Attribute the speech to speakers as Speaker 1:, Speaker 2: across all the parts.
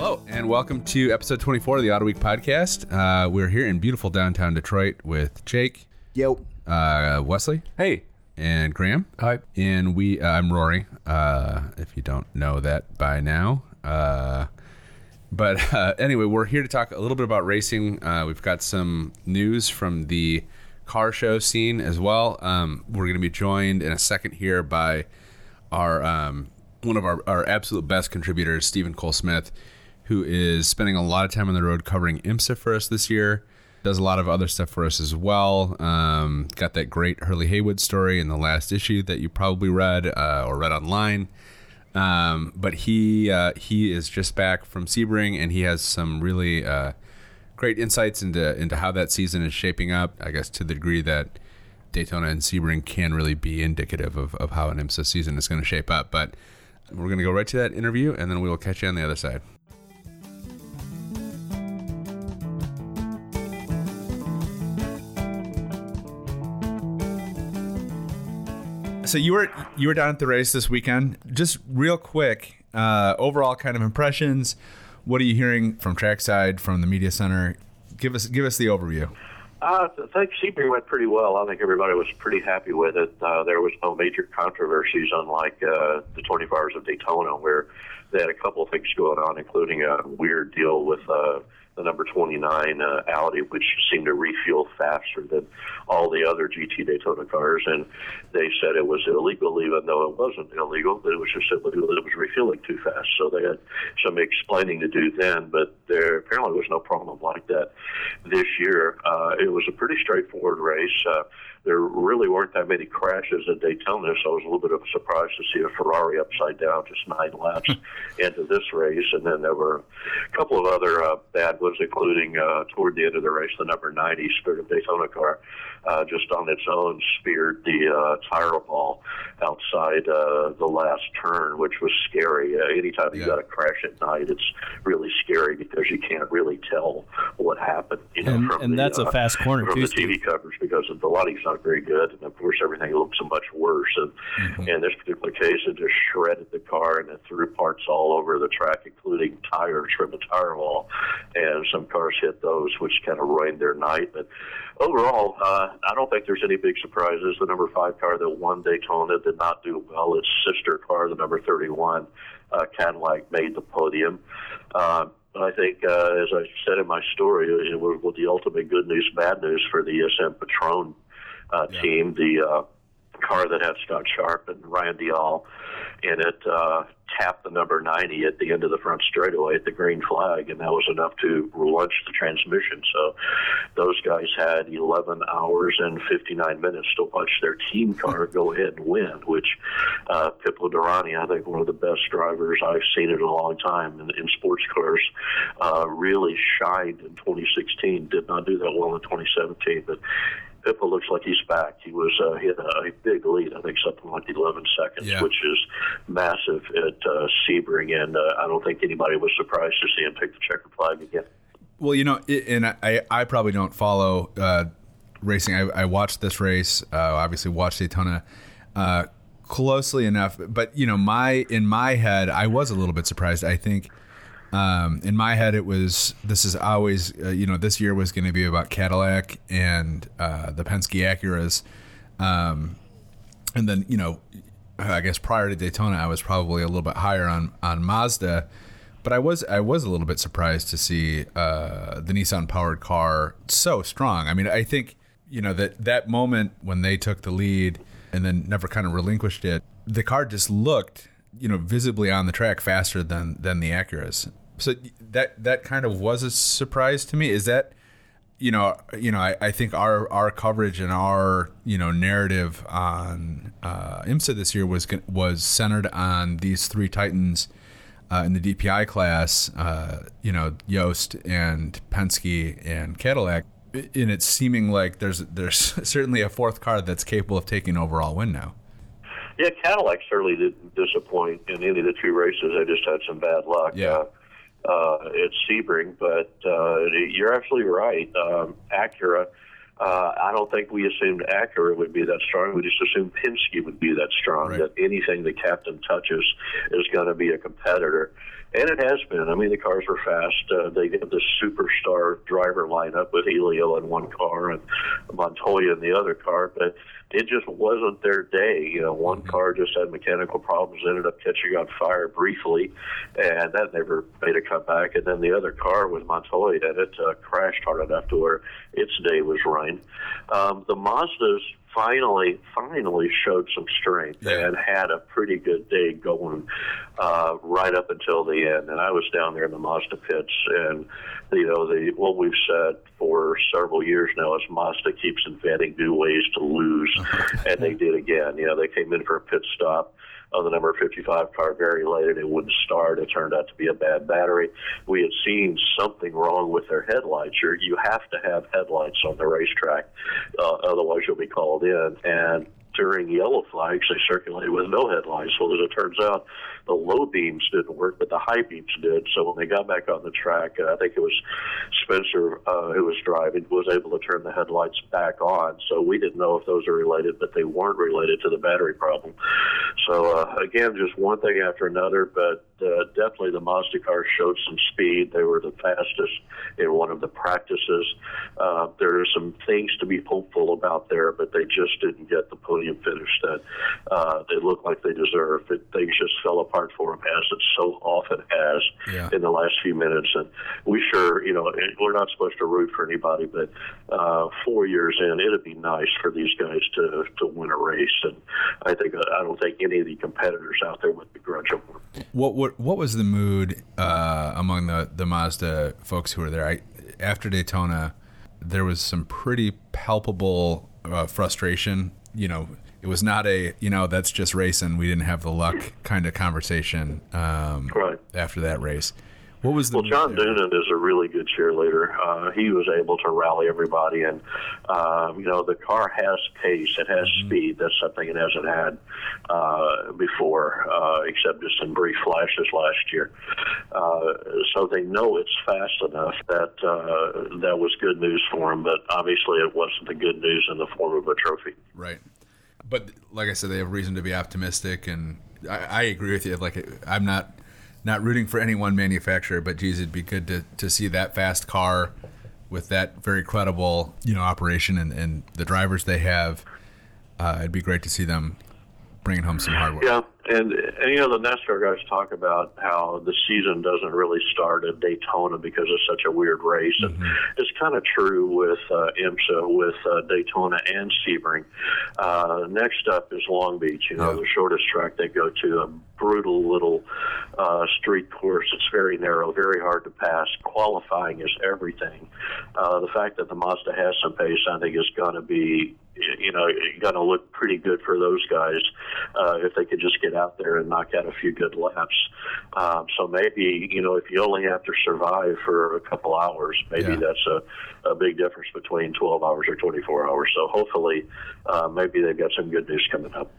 Speaker 1: welcome to episode 24 of the Auto Week podcast. Uh, we're here in beautiful downtown Detroit with Jake,
Speaker 2: Yo.
Speaker 1: uh, Wesley,
Speaker 3: Hey.
Speaker 1: and Graham.
Speaker 3: Hi.
Speaker 1: And we, uh, I'm Rory. Uh, if you don't know that by now, uh, but uh, anyway, we're here to talk a little bit about racing. Uh, we've got some news from the car show scene as well. Um, we're going to be joined in a second here by our um, one of our, our absolute best contributors, Stephen Cole Smith, who is spending a lot of time on the road covering IMSA for us this year. Does a lot of other stuff for us as well. Um, got that great Hurley Haywood story in the last issue that you probably read uh, or read online. Um, but he uh, he is just back from Sebring, and he has some really uh, great insights into into how that season is shaping up. I guess to the degree that Daytona and Sebring can really be indicative of, of how an IMSA season is going to shape up. But we're going to go right to that interview, and then we will catch you on the other side. So you were you were down at the race this weekend. Just real quick, uh, overall kind of impressions. What are you hearing from trackside, from the media center? Give us give us the overview.
Speaker 4: Uh, I think Sebring went pretty well. I think everybody was pretty happy with it. Uh, there was no major controversies, unlike uh, the 24 Hours of Daytona, where they had a couple of things going on, including a weird deal with uh, the number 29 uh, Audi, which seemed to refuel faster than all the other GT Daytona cars. And they said it was illegal, even though it wasn't illegal, but it was just illegal that it was refueling too fast. So they had some explaining to do then, but there apparently was no problem like that this year. Uh, it was a pretty straightforward race. Uh, there really weren't that many crashes at Daytona, so I was a little bit of a surprise to see a Ferrari upside down just nine laps
Speaker 5: Hmm.
Speaker 4: into this race. And then there were a couple of other uh, bad ones, including uh, toward the end of the race, the number 90 Spirit of Daytona car uh, just on its own speared the uh, tire ball outside uh, the last turn, which was scary. Uh, anytime you
Speaker 1: Yeah.
Speaker 4: got a crash at night, it's really scary because you can't really tell what happened. You know,
Speaker 5: And,
Speaker 4: from
Speaker 5: and
Speaker 4: the,
Speaker 5: that's
Speaker 4: uh,
Speaker 5: a fast corner
Speaker 4: from
Speaker 5: too.
Speaker 4: the
Speaker 5: Steve.
Speaker 4: TV coverage because the lighting's not very good, and of course everything looks so much worse. And in this particular case, it just shredded the car and it threw parts all over the track, including tires from the tire wall, and some cars hit those, which kind of ruined their night. But overall, uh, I don't think there's any big surprises. The number five car that won Daytona did not do well. Its sister car, the number 31 uh, Cadillac, made the podium. Uh, but I think, uh, as I said in my story, it was was the ultimate good news, bad news for the ESM Patron uh, team. The uh, car that had Scott Sharp and Ryan Dial in it uh, tapped the number 90 at the end of the front straightaway at the green flag, and that was enough to launch the transmission. So those guys had 11 hours and 59 minutes to watch their team car go ahead and win, which uh, Pippo Durrani, I think one of the best drivers I've seen in a long time in, in sports cars, uh, really shined in 2016. Did not do that well in 2017, but Pippa looks like he's back. He was uh, he had a big lead, I think something like 11 seconds,
Speaker 1: Yeah.
Speaker 4: which is massive at uh, Sebring, and uh, I don't think anybody was surprised to see him pick the checkered flag again.
Speaker 1: Well, you know, it, and I, I probably don't follow uh, racing. I, I watched this race, uh, obviously watched Daytona uh, closely enough, but you know, my in my head, I was a little bit surprised. I think um, in my head, it was this is always uh, you know this year was going to be about Cadillac and uh, the Penske Acuras, um, and then you know, I guess prior to Daytona, I was probably a little bit higher on on Mazda. But I was I was a little bit surprised to see uh, the Nissan powered car so strong. I mean, I think you know that that moment when they took the lead and then never kind of relinquished it, the car just looked you know visibly on the track faster than than the Acuras. So that that kind of was a surprise to me. Is that you know, you know, I, I think our our coverage and our you know narrative on uh, IMSA this year was gon- was centered on these three titans uh, in the DPI class, uh, you know, Yost and Penske and Cadillac. I- And it's seeming like there's there's certainly a fourth car that's capable of taking overall win now.
Speaker 4: Yeah, Cadillac certainly didn't disappoint in any of the two races. They just had some bad luck.
Speaker 1: Yeah.
Speaker 4: Uh, uh, at Sebring, but uh, you're absolutely right. Um, Acura, uh, I don't think we assumed Acura would be that strong. We just assumed Penske would be that strong.
Speaker 1: Right.
Speaker 4: That anything the captain touches is going to be a competitor. and it has been. I mean, the cars were fast. Uh, they had this superstar driver lineup with Helio in one car and Montoya in the other car, but it just wasn't their day. You know, one car just had mechanical problems, ended up catching on fire briefly, and that never made a comeback. And then the other car with Montoya in it uh, crashed hard enough to where its day was ruined. Um, the Mazdas finally, finally showed some strength
Speaker 1: Yeah.
Speaker 4: and had a pretty good day going uh, right up until the end. And I was down there in the Mazda pits, and you know, the what we've said for several years now is Mazda keeps inventing new ways to lose, and they did again. You know, they came in for a pit stop of the number 55 car very late and it wouldn't start. It turned out to be a bad battery. We had seen something wrong with their headlights. You're, you have to have headlights on the racetrack, uh, otherwise you'll be called in. And during yellow flags, they circulated with no headlights. Well, as it turns out, the low beams didn't work, but the high beams did. So when they got back on the track, uh, I think it was Spencer uh, who was driving was able to turn the headlights back on. So we didn't know if those are related, but they weren't related to the battery problem. So uh, again, just one thing after another, but uh, definitely the Mazda car showed some speed. They were the fastest in one of the practices. Uh, there are some things to be hopeful about there, but they just didn't get the podium finish that uh, they looked like they deserved. It, things just fell apart for them as it so often has
Speaker 1: Yeah.
Speaker 4: in the last few minutes. And we sure, you know, and we're not supposed to root for anybody, but uh, four years in, it'd be nice for these guys to, to win a race. And I think uh, I don't think any of the competitors out there would begrudge them.
Speaker 1: What what what was the mood uh, among the the Mazda folks who were there? I, after Daytona, there was some pretty palpable uh, frustration. You know, it was not a you know that's just racing. We didn't have the luck kind of conversation um,
Speaker 4: Right.
Speaker 1: after that race. What was the
Speaker 4: Well,
Speaker 1: mood
Speaker 4: John
Speaker 1: there?
Speaker 4: Doonan is a really good cheerleader. Uh, he was able to rally everybody, and um, you know the car has pace, it has speed. That's something it hasn't had uh, before, uh, except just in brief flashes last year. Uh, so they know it's fast enough. That uh, that was good news for him, but obviously it wasn't the good news in the form of a trophy.
Speaker 1: Right. But like I said, they have reason to be optimistic, and I, I agree with you. Like I'm not not rooting for any one manufacturer, but geez, it'd be good to, to see that fast car with that very credible you know operation and, and the drivers they have. Uh, it'd be great to see them bringing home some hardware.
Speaker 4: Yeah, and, and you know the NASCAR guys talk about how the season doesn't really start at Daytona because it's such a weird race, and
Speaker 1: Mm-hmm.
Speaker 4: it's kind of true with uh, IMSA, with uh, Daytona and Sebring. Uh, next up is Long Beach, you know,
Speaker 1: Yeah.
Speaker 4: the shortest track they go to, a brutal little uh, street course. It's very narrow, very hard to pass. Qualifying is everything. Uh, the fact that the Mazda has some pace, I think, is going to be y- you know, going to look pretty good for those guys uh, if they could just get out there and knock out a few good laps. Um, so maybe, you know, if you only have to survive for a couple hours, maybe
Speaker 1: Yeah.
Speaker 4: that's a, a big difference between 12 hours or 24 hours. So hopefully, uh, maybe they've got some good news coming up.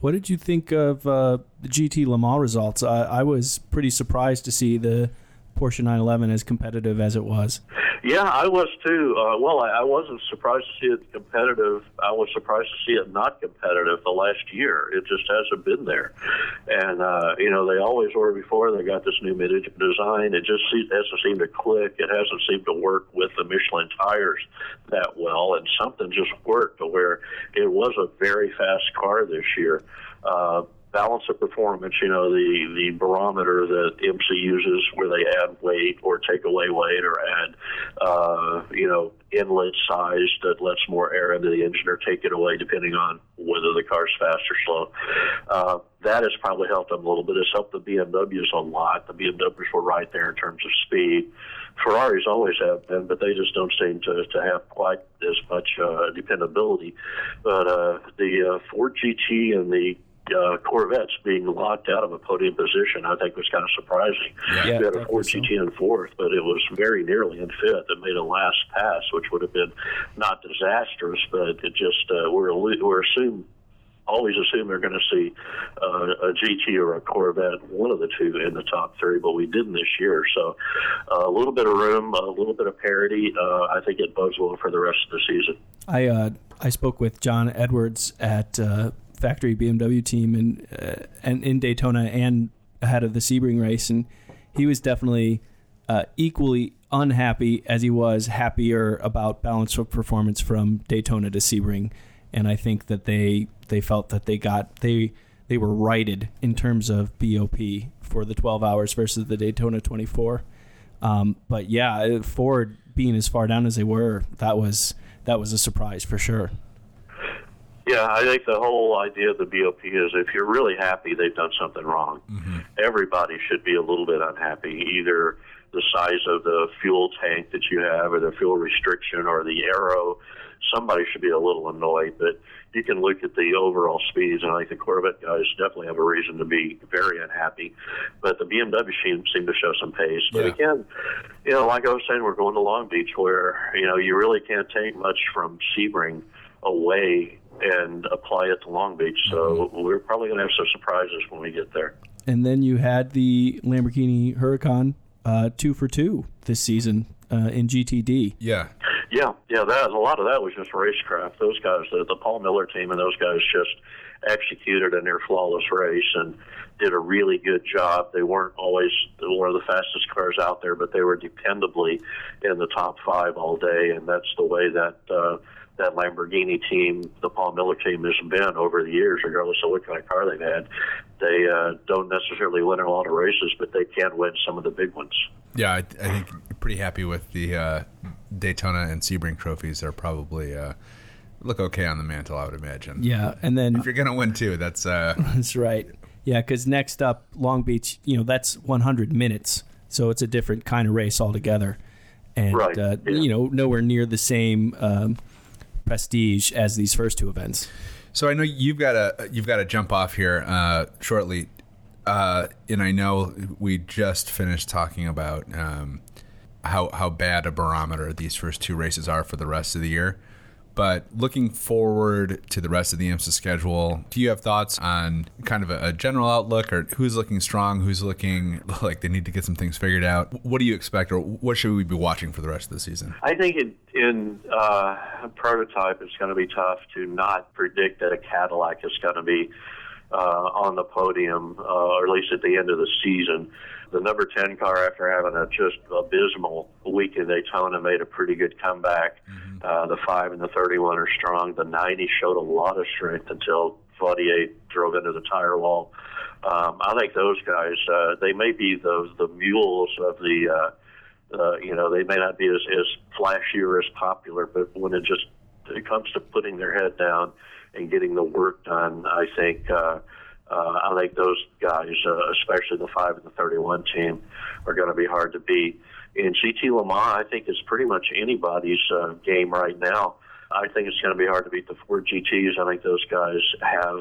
Speaker 2: What did you think of uh, the GT Le Mans results? I, I was pretty surprised to see the Porsche 911 as competitive as it was.
Speaker 4: Yeah, I was too. Uh, well, I, I wasn't surprised to see it competitive. I was surprised to see it not competitive the last year. It just hasn't been there. And, uh, you know, they always were before. They got this new mid design. It just se- hasn't seemed to click. It hasn't seemed to work with the Michelin tires that well. And something just worked to where it was a very fast car this year. Uh, balance of performance, you know, the, the barometer that MC uses where they add weight or take away weight or add, uh, you know, inlet size that lets more air into the engine or take it away depending on whether the car's fast or slow. Uh, that has probably helped them a little bit. It's helped the BMWs a lot. The BMWs were right there in terms of speed. Ferraris always have been, but they just don't seem to, to have quite as much uh, dependability. But uh, the uh, Ford GT and the uh, Corvettes being locked out of a podium position, I think was kind of surprising.
Speaker 2: Yeah,
Speaker 4: we had a Ford
Speaker 2: definitely
Speaker 4: GT in fourth, but it was very nearly in fifth. It made a last pass, which would have been not disastrous, but it just uh, we're allu- we're assumed always assume they're going to see uh, a GT or a Corvette, one of the two in the top three, but we didn't this year. So uh, a little bit of room, a little bit of parity. Uh, I think it bodes well for the rest of the season.
Speaker 2: I uh, I spoke with John Edwards at uh, factory BMW team and uh, and in Daytona and ahead of the Sebring race, and he was definitely uh, equally unhappy as he was happier about balance of performance from Daytona to Sebring, and I think that they they felt that they got they they were righted in terms of BOP for the 12 hours versus the Daytona 24. Um, but yeah, Ford being as far down as they were, that was that was a surprise for sure.
Speaker 4: Yeah, I think the whole idea of the BOP is if you're really happy, they've done something wrong. Everybody should be a little bit unhappy, either the size of the fuel tank that you have, or the fuel restriction, or the arrow. Somebody should be a little annoyed, but you can look at the overall speeds, and I think the Corvette guys definitely have a reason to be very unhappy. But the BMW team seemed to show some pace. But
Speaker 1: Yeah.
Speaker 4: again, you know, like I was saying, we're going to Long Beach, where you know you really can't take much from Sebring away and apply it to Long Beach. So we're probably going to have some surprises when we get there.
Speaker 2: And then you had the Lamborghini Huracan uh, two for two this season uh, in GTD.
Speaker 1: Yeah.
Speaker 4: Yeah, yeah, that a lot of that was just racecraft. Those guys, the, the Paul Miller team, and those guys just executed in their flawless race and did a really good job. They weren't always one of the fastest cars out there, but they were dependably in the top five all day, and that's the way that uh, that Lamborghini team, the Paul Miller team, has been over the years, regardless of what kind of car they've had. They uh, don't necessarily win a lot of races, but they can win some of the big ones.
Speaker 1: Yeah, I, I think pretty happy with the uh, Daytona and Sebring trophies. They're probably uh, look okay on the mantle, I would imagine.
Speaker 2: Yeah, and then
Speaker 1: If you're gonna win two, that's uh,
Speaker 2: That's right. Yeah, because next up, Long Beach, you know, that's 100 minutes. So it's a different kind of race altogether. And,
Speaker 4: Right,
Speaker 2: uh,
Speaker 4: yeah.
Speaker 2: you know, nowhere near the same um, prestige as these first two events.
Speaker 1: So I know you've got a you've got to jump off here uh, shortly, uh, and I know we just finished talking about um, how how bad a barometer these first two races are for the rest of the year. But looking forward to the rest of the IMSA schedule, do you have thoughts on kind of a, a general outlook, or who's looking strong, who's looking like they need to get some things figured out? What do you expect, or what should we be watching for the rest of the season?
Speaker 4: I think in, in uh, prototype, it's going to be tough to not predict that a Cadillac is going to be uh, on the podium, uh, or at least at the end of the season. The number 10 car, after having a just abysmal week in Daytona, made a pretty good comeback. Uh, the 5 and the 31 are strong. The 90 showed a lot of strength until Vaudier drove into the tire wall. Um, I think those guys, uh, they may be the, the mules of the. Uh, uh, you know, they may not be as, as flashy or as popular, but when it just it comes to putting their head down and getting the work done, I think uh, uh, I think those guys, uh, especially the five and the thirty-one team, are going to be hard to beat. In GT Le Mans, I think it's pretty much anybody's uh, game right now. I think it's going to be hard to beat the four GTs. I think those guys have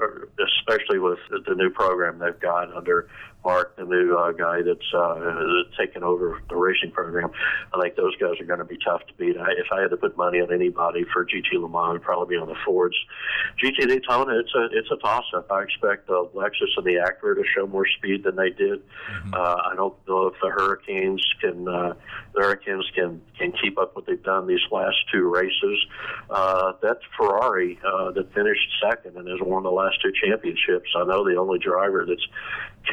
Speaker 4: or especially with the- the new program they've got under Mark, the new uh, guy that's uh, that's taken over the racing program. I think those guys are going to be tough to beat. I, if I had to put money on anybody for GT Le Mans, it'd probably be on the Fords. GT Daytona, it's a it's a toss up. I expect the Lexus and the Acura to show more speed than they did. Uh, I don't know if the Hurricanes can uh, the Hurricanes can can keep up what they've done these last two races. Uh, that Ferrari uh, that finished second and has won the last two championships. I know the only driver that's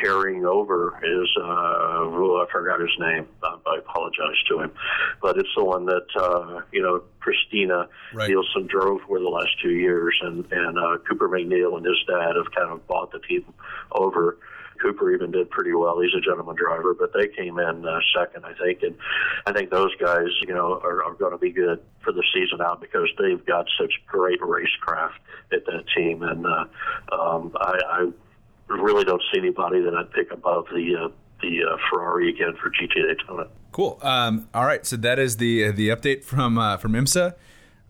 Speaker 4: carrying over is uh, oh, I forgot his name. I, I apologize to him, but it's the one that uh, you know Christina
Speaker 1: Right.
Speaker 4: Nielsen drove for the last two years, and and uh, Cooper McNeil and his dad have kind of bought the team over. Cooper even did pretty well. He's a gentleman driver, but they came in uh, second, I think, and I think those guys, you know, are, are going to be good for the season out because they've got such great racecraft at that team, and uh, um, I, I really don't see anybody that I'd pick above the uh, the uh, Ferrari again for GT Daytona.
Speaker 1: Cool. Um, all right. So that is the the update from uh, from IMSA.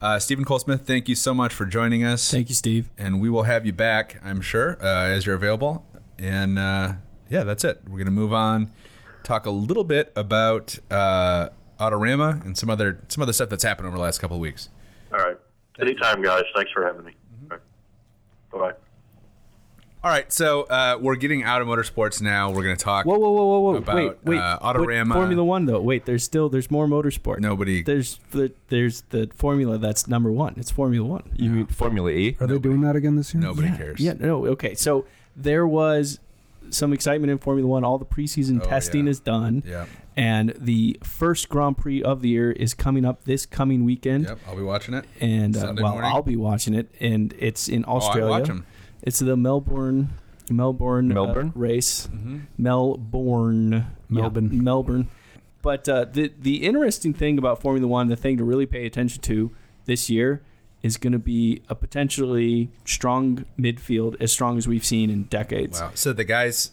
Speaker 1: Uh, Stephen Colesmith, thank you so much for joining us,
Speaker 2: Thank you, Steve.
Speaker 1: and we will have you back, I'm sure, uh, as you're available. And uh, yeah, that's it. We're gonna move on, talk a little bit about uh, Autorama and some other some other stuff that's happened over the last couple of weeks.
Speaker 4: All right, anytime, guys. Thanks for having me. All right. Bye.
Speaker 1: All right. So uh, we're getting out of motorsports now. We're gonna talk.
Speaker 2: Whoa, whoa, whoa, whoa, whoa!
Speaker 1: About,
Speaker 2: wait, wait.
Speaker 1: uh,
Speaker 2: What-
Speaker 1: Autorama-
Speaker 2: Formula One, though. Wait, there's still there's more motorsport.
Speaker 1: Nobody.
Speaker 2: there's the, there's the formula that's number one. It's Formula One.
Speaker 3: You mean Formula E?
Speaker 5: Are they doing that again this year?
Speaker 1: Nobody cares.
Speaker 2: Yeah, no, okay. So there was some excitement in Formula One. All the preseason
Speaker 1: Oh,
Speaker 2: testing
Speaker 1: yeah.
Speaker 2: is done,
Speaker 1: Yeah.
Speaker 2: and the first Grand Prix of the year is coming up this coming weekend.
Speaker 1: Yep. I'll be watching it.
Speaker 2: And uh,
Speaker 1: Sunday
Speaker 2: well,
Speaker 1: morning? Oh,
Speaker 2: I'll be watching it, and it's in Australia.
Speaker 1: watch 'em.
Speaker 2: It's the Melbourne, Melbourne, uh,
Speaker 3: Melbourne?
Speaker 2: race,
Speaker 1: Mm-hmm.
Speaker 2: Melbourne, Yeah,
Speaker 3: Melbourne.
Speaker 2: Melbourne. But uh, the the interesting thing about Formula One, the thing to really pay attention to this year, is going to be a potentially strong midfield, as strong as we've seen in decades.
Speaker 1: Wow. So the guys,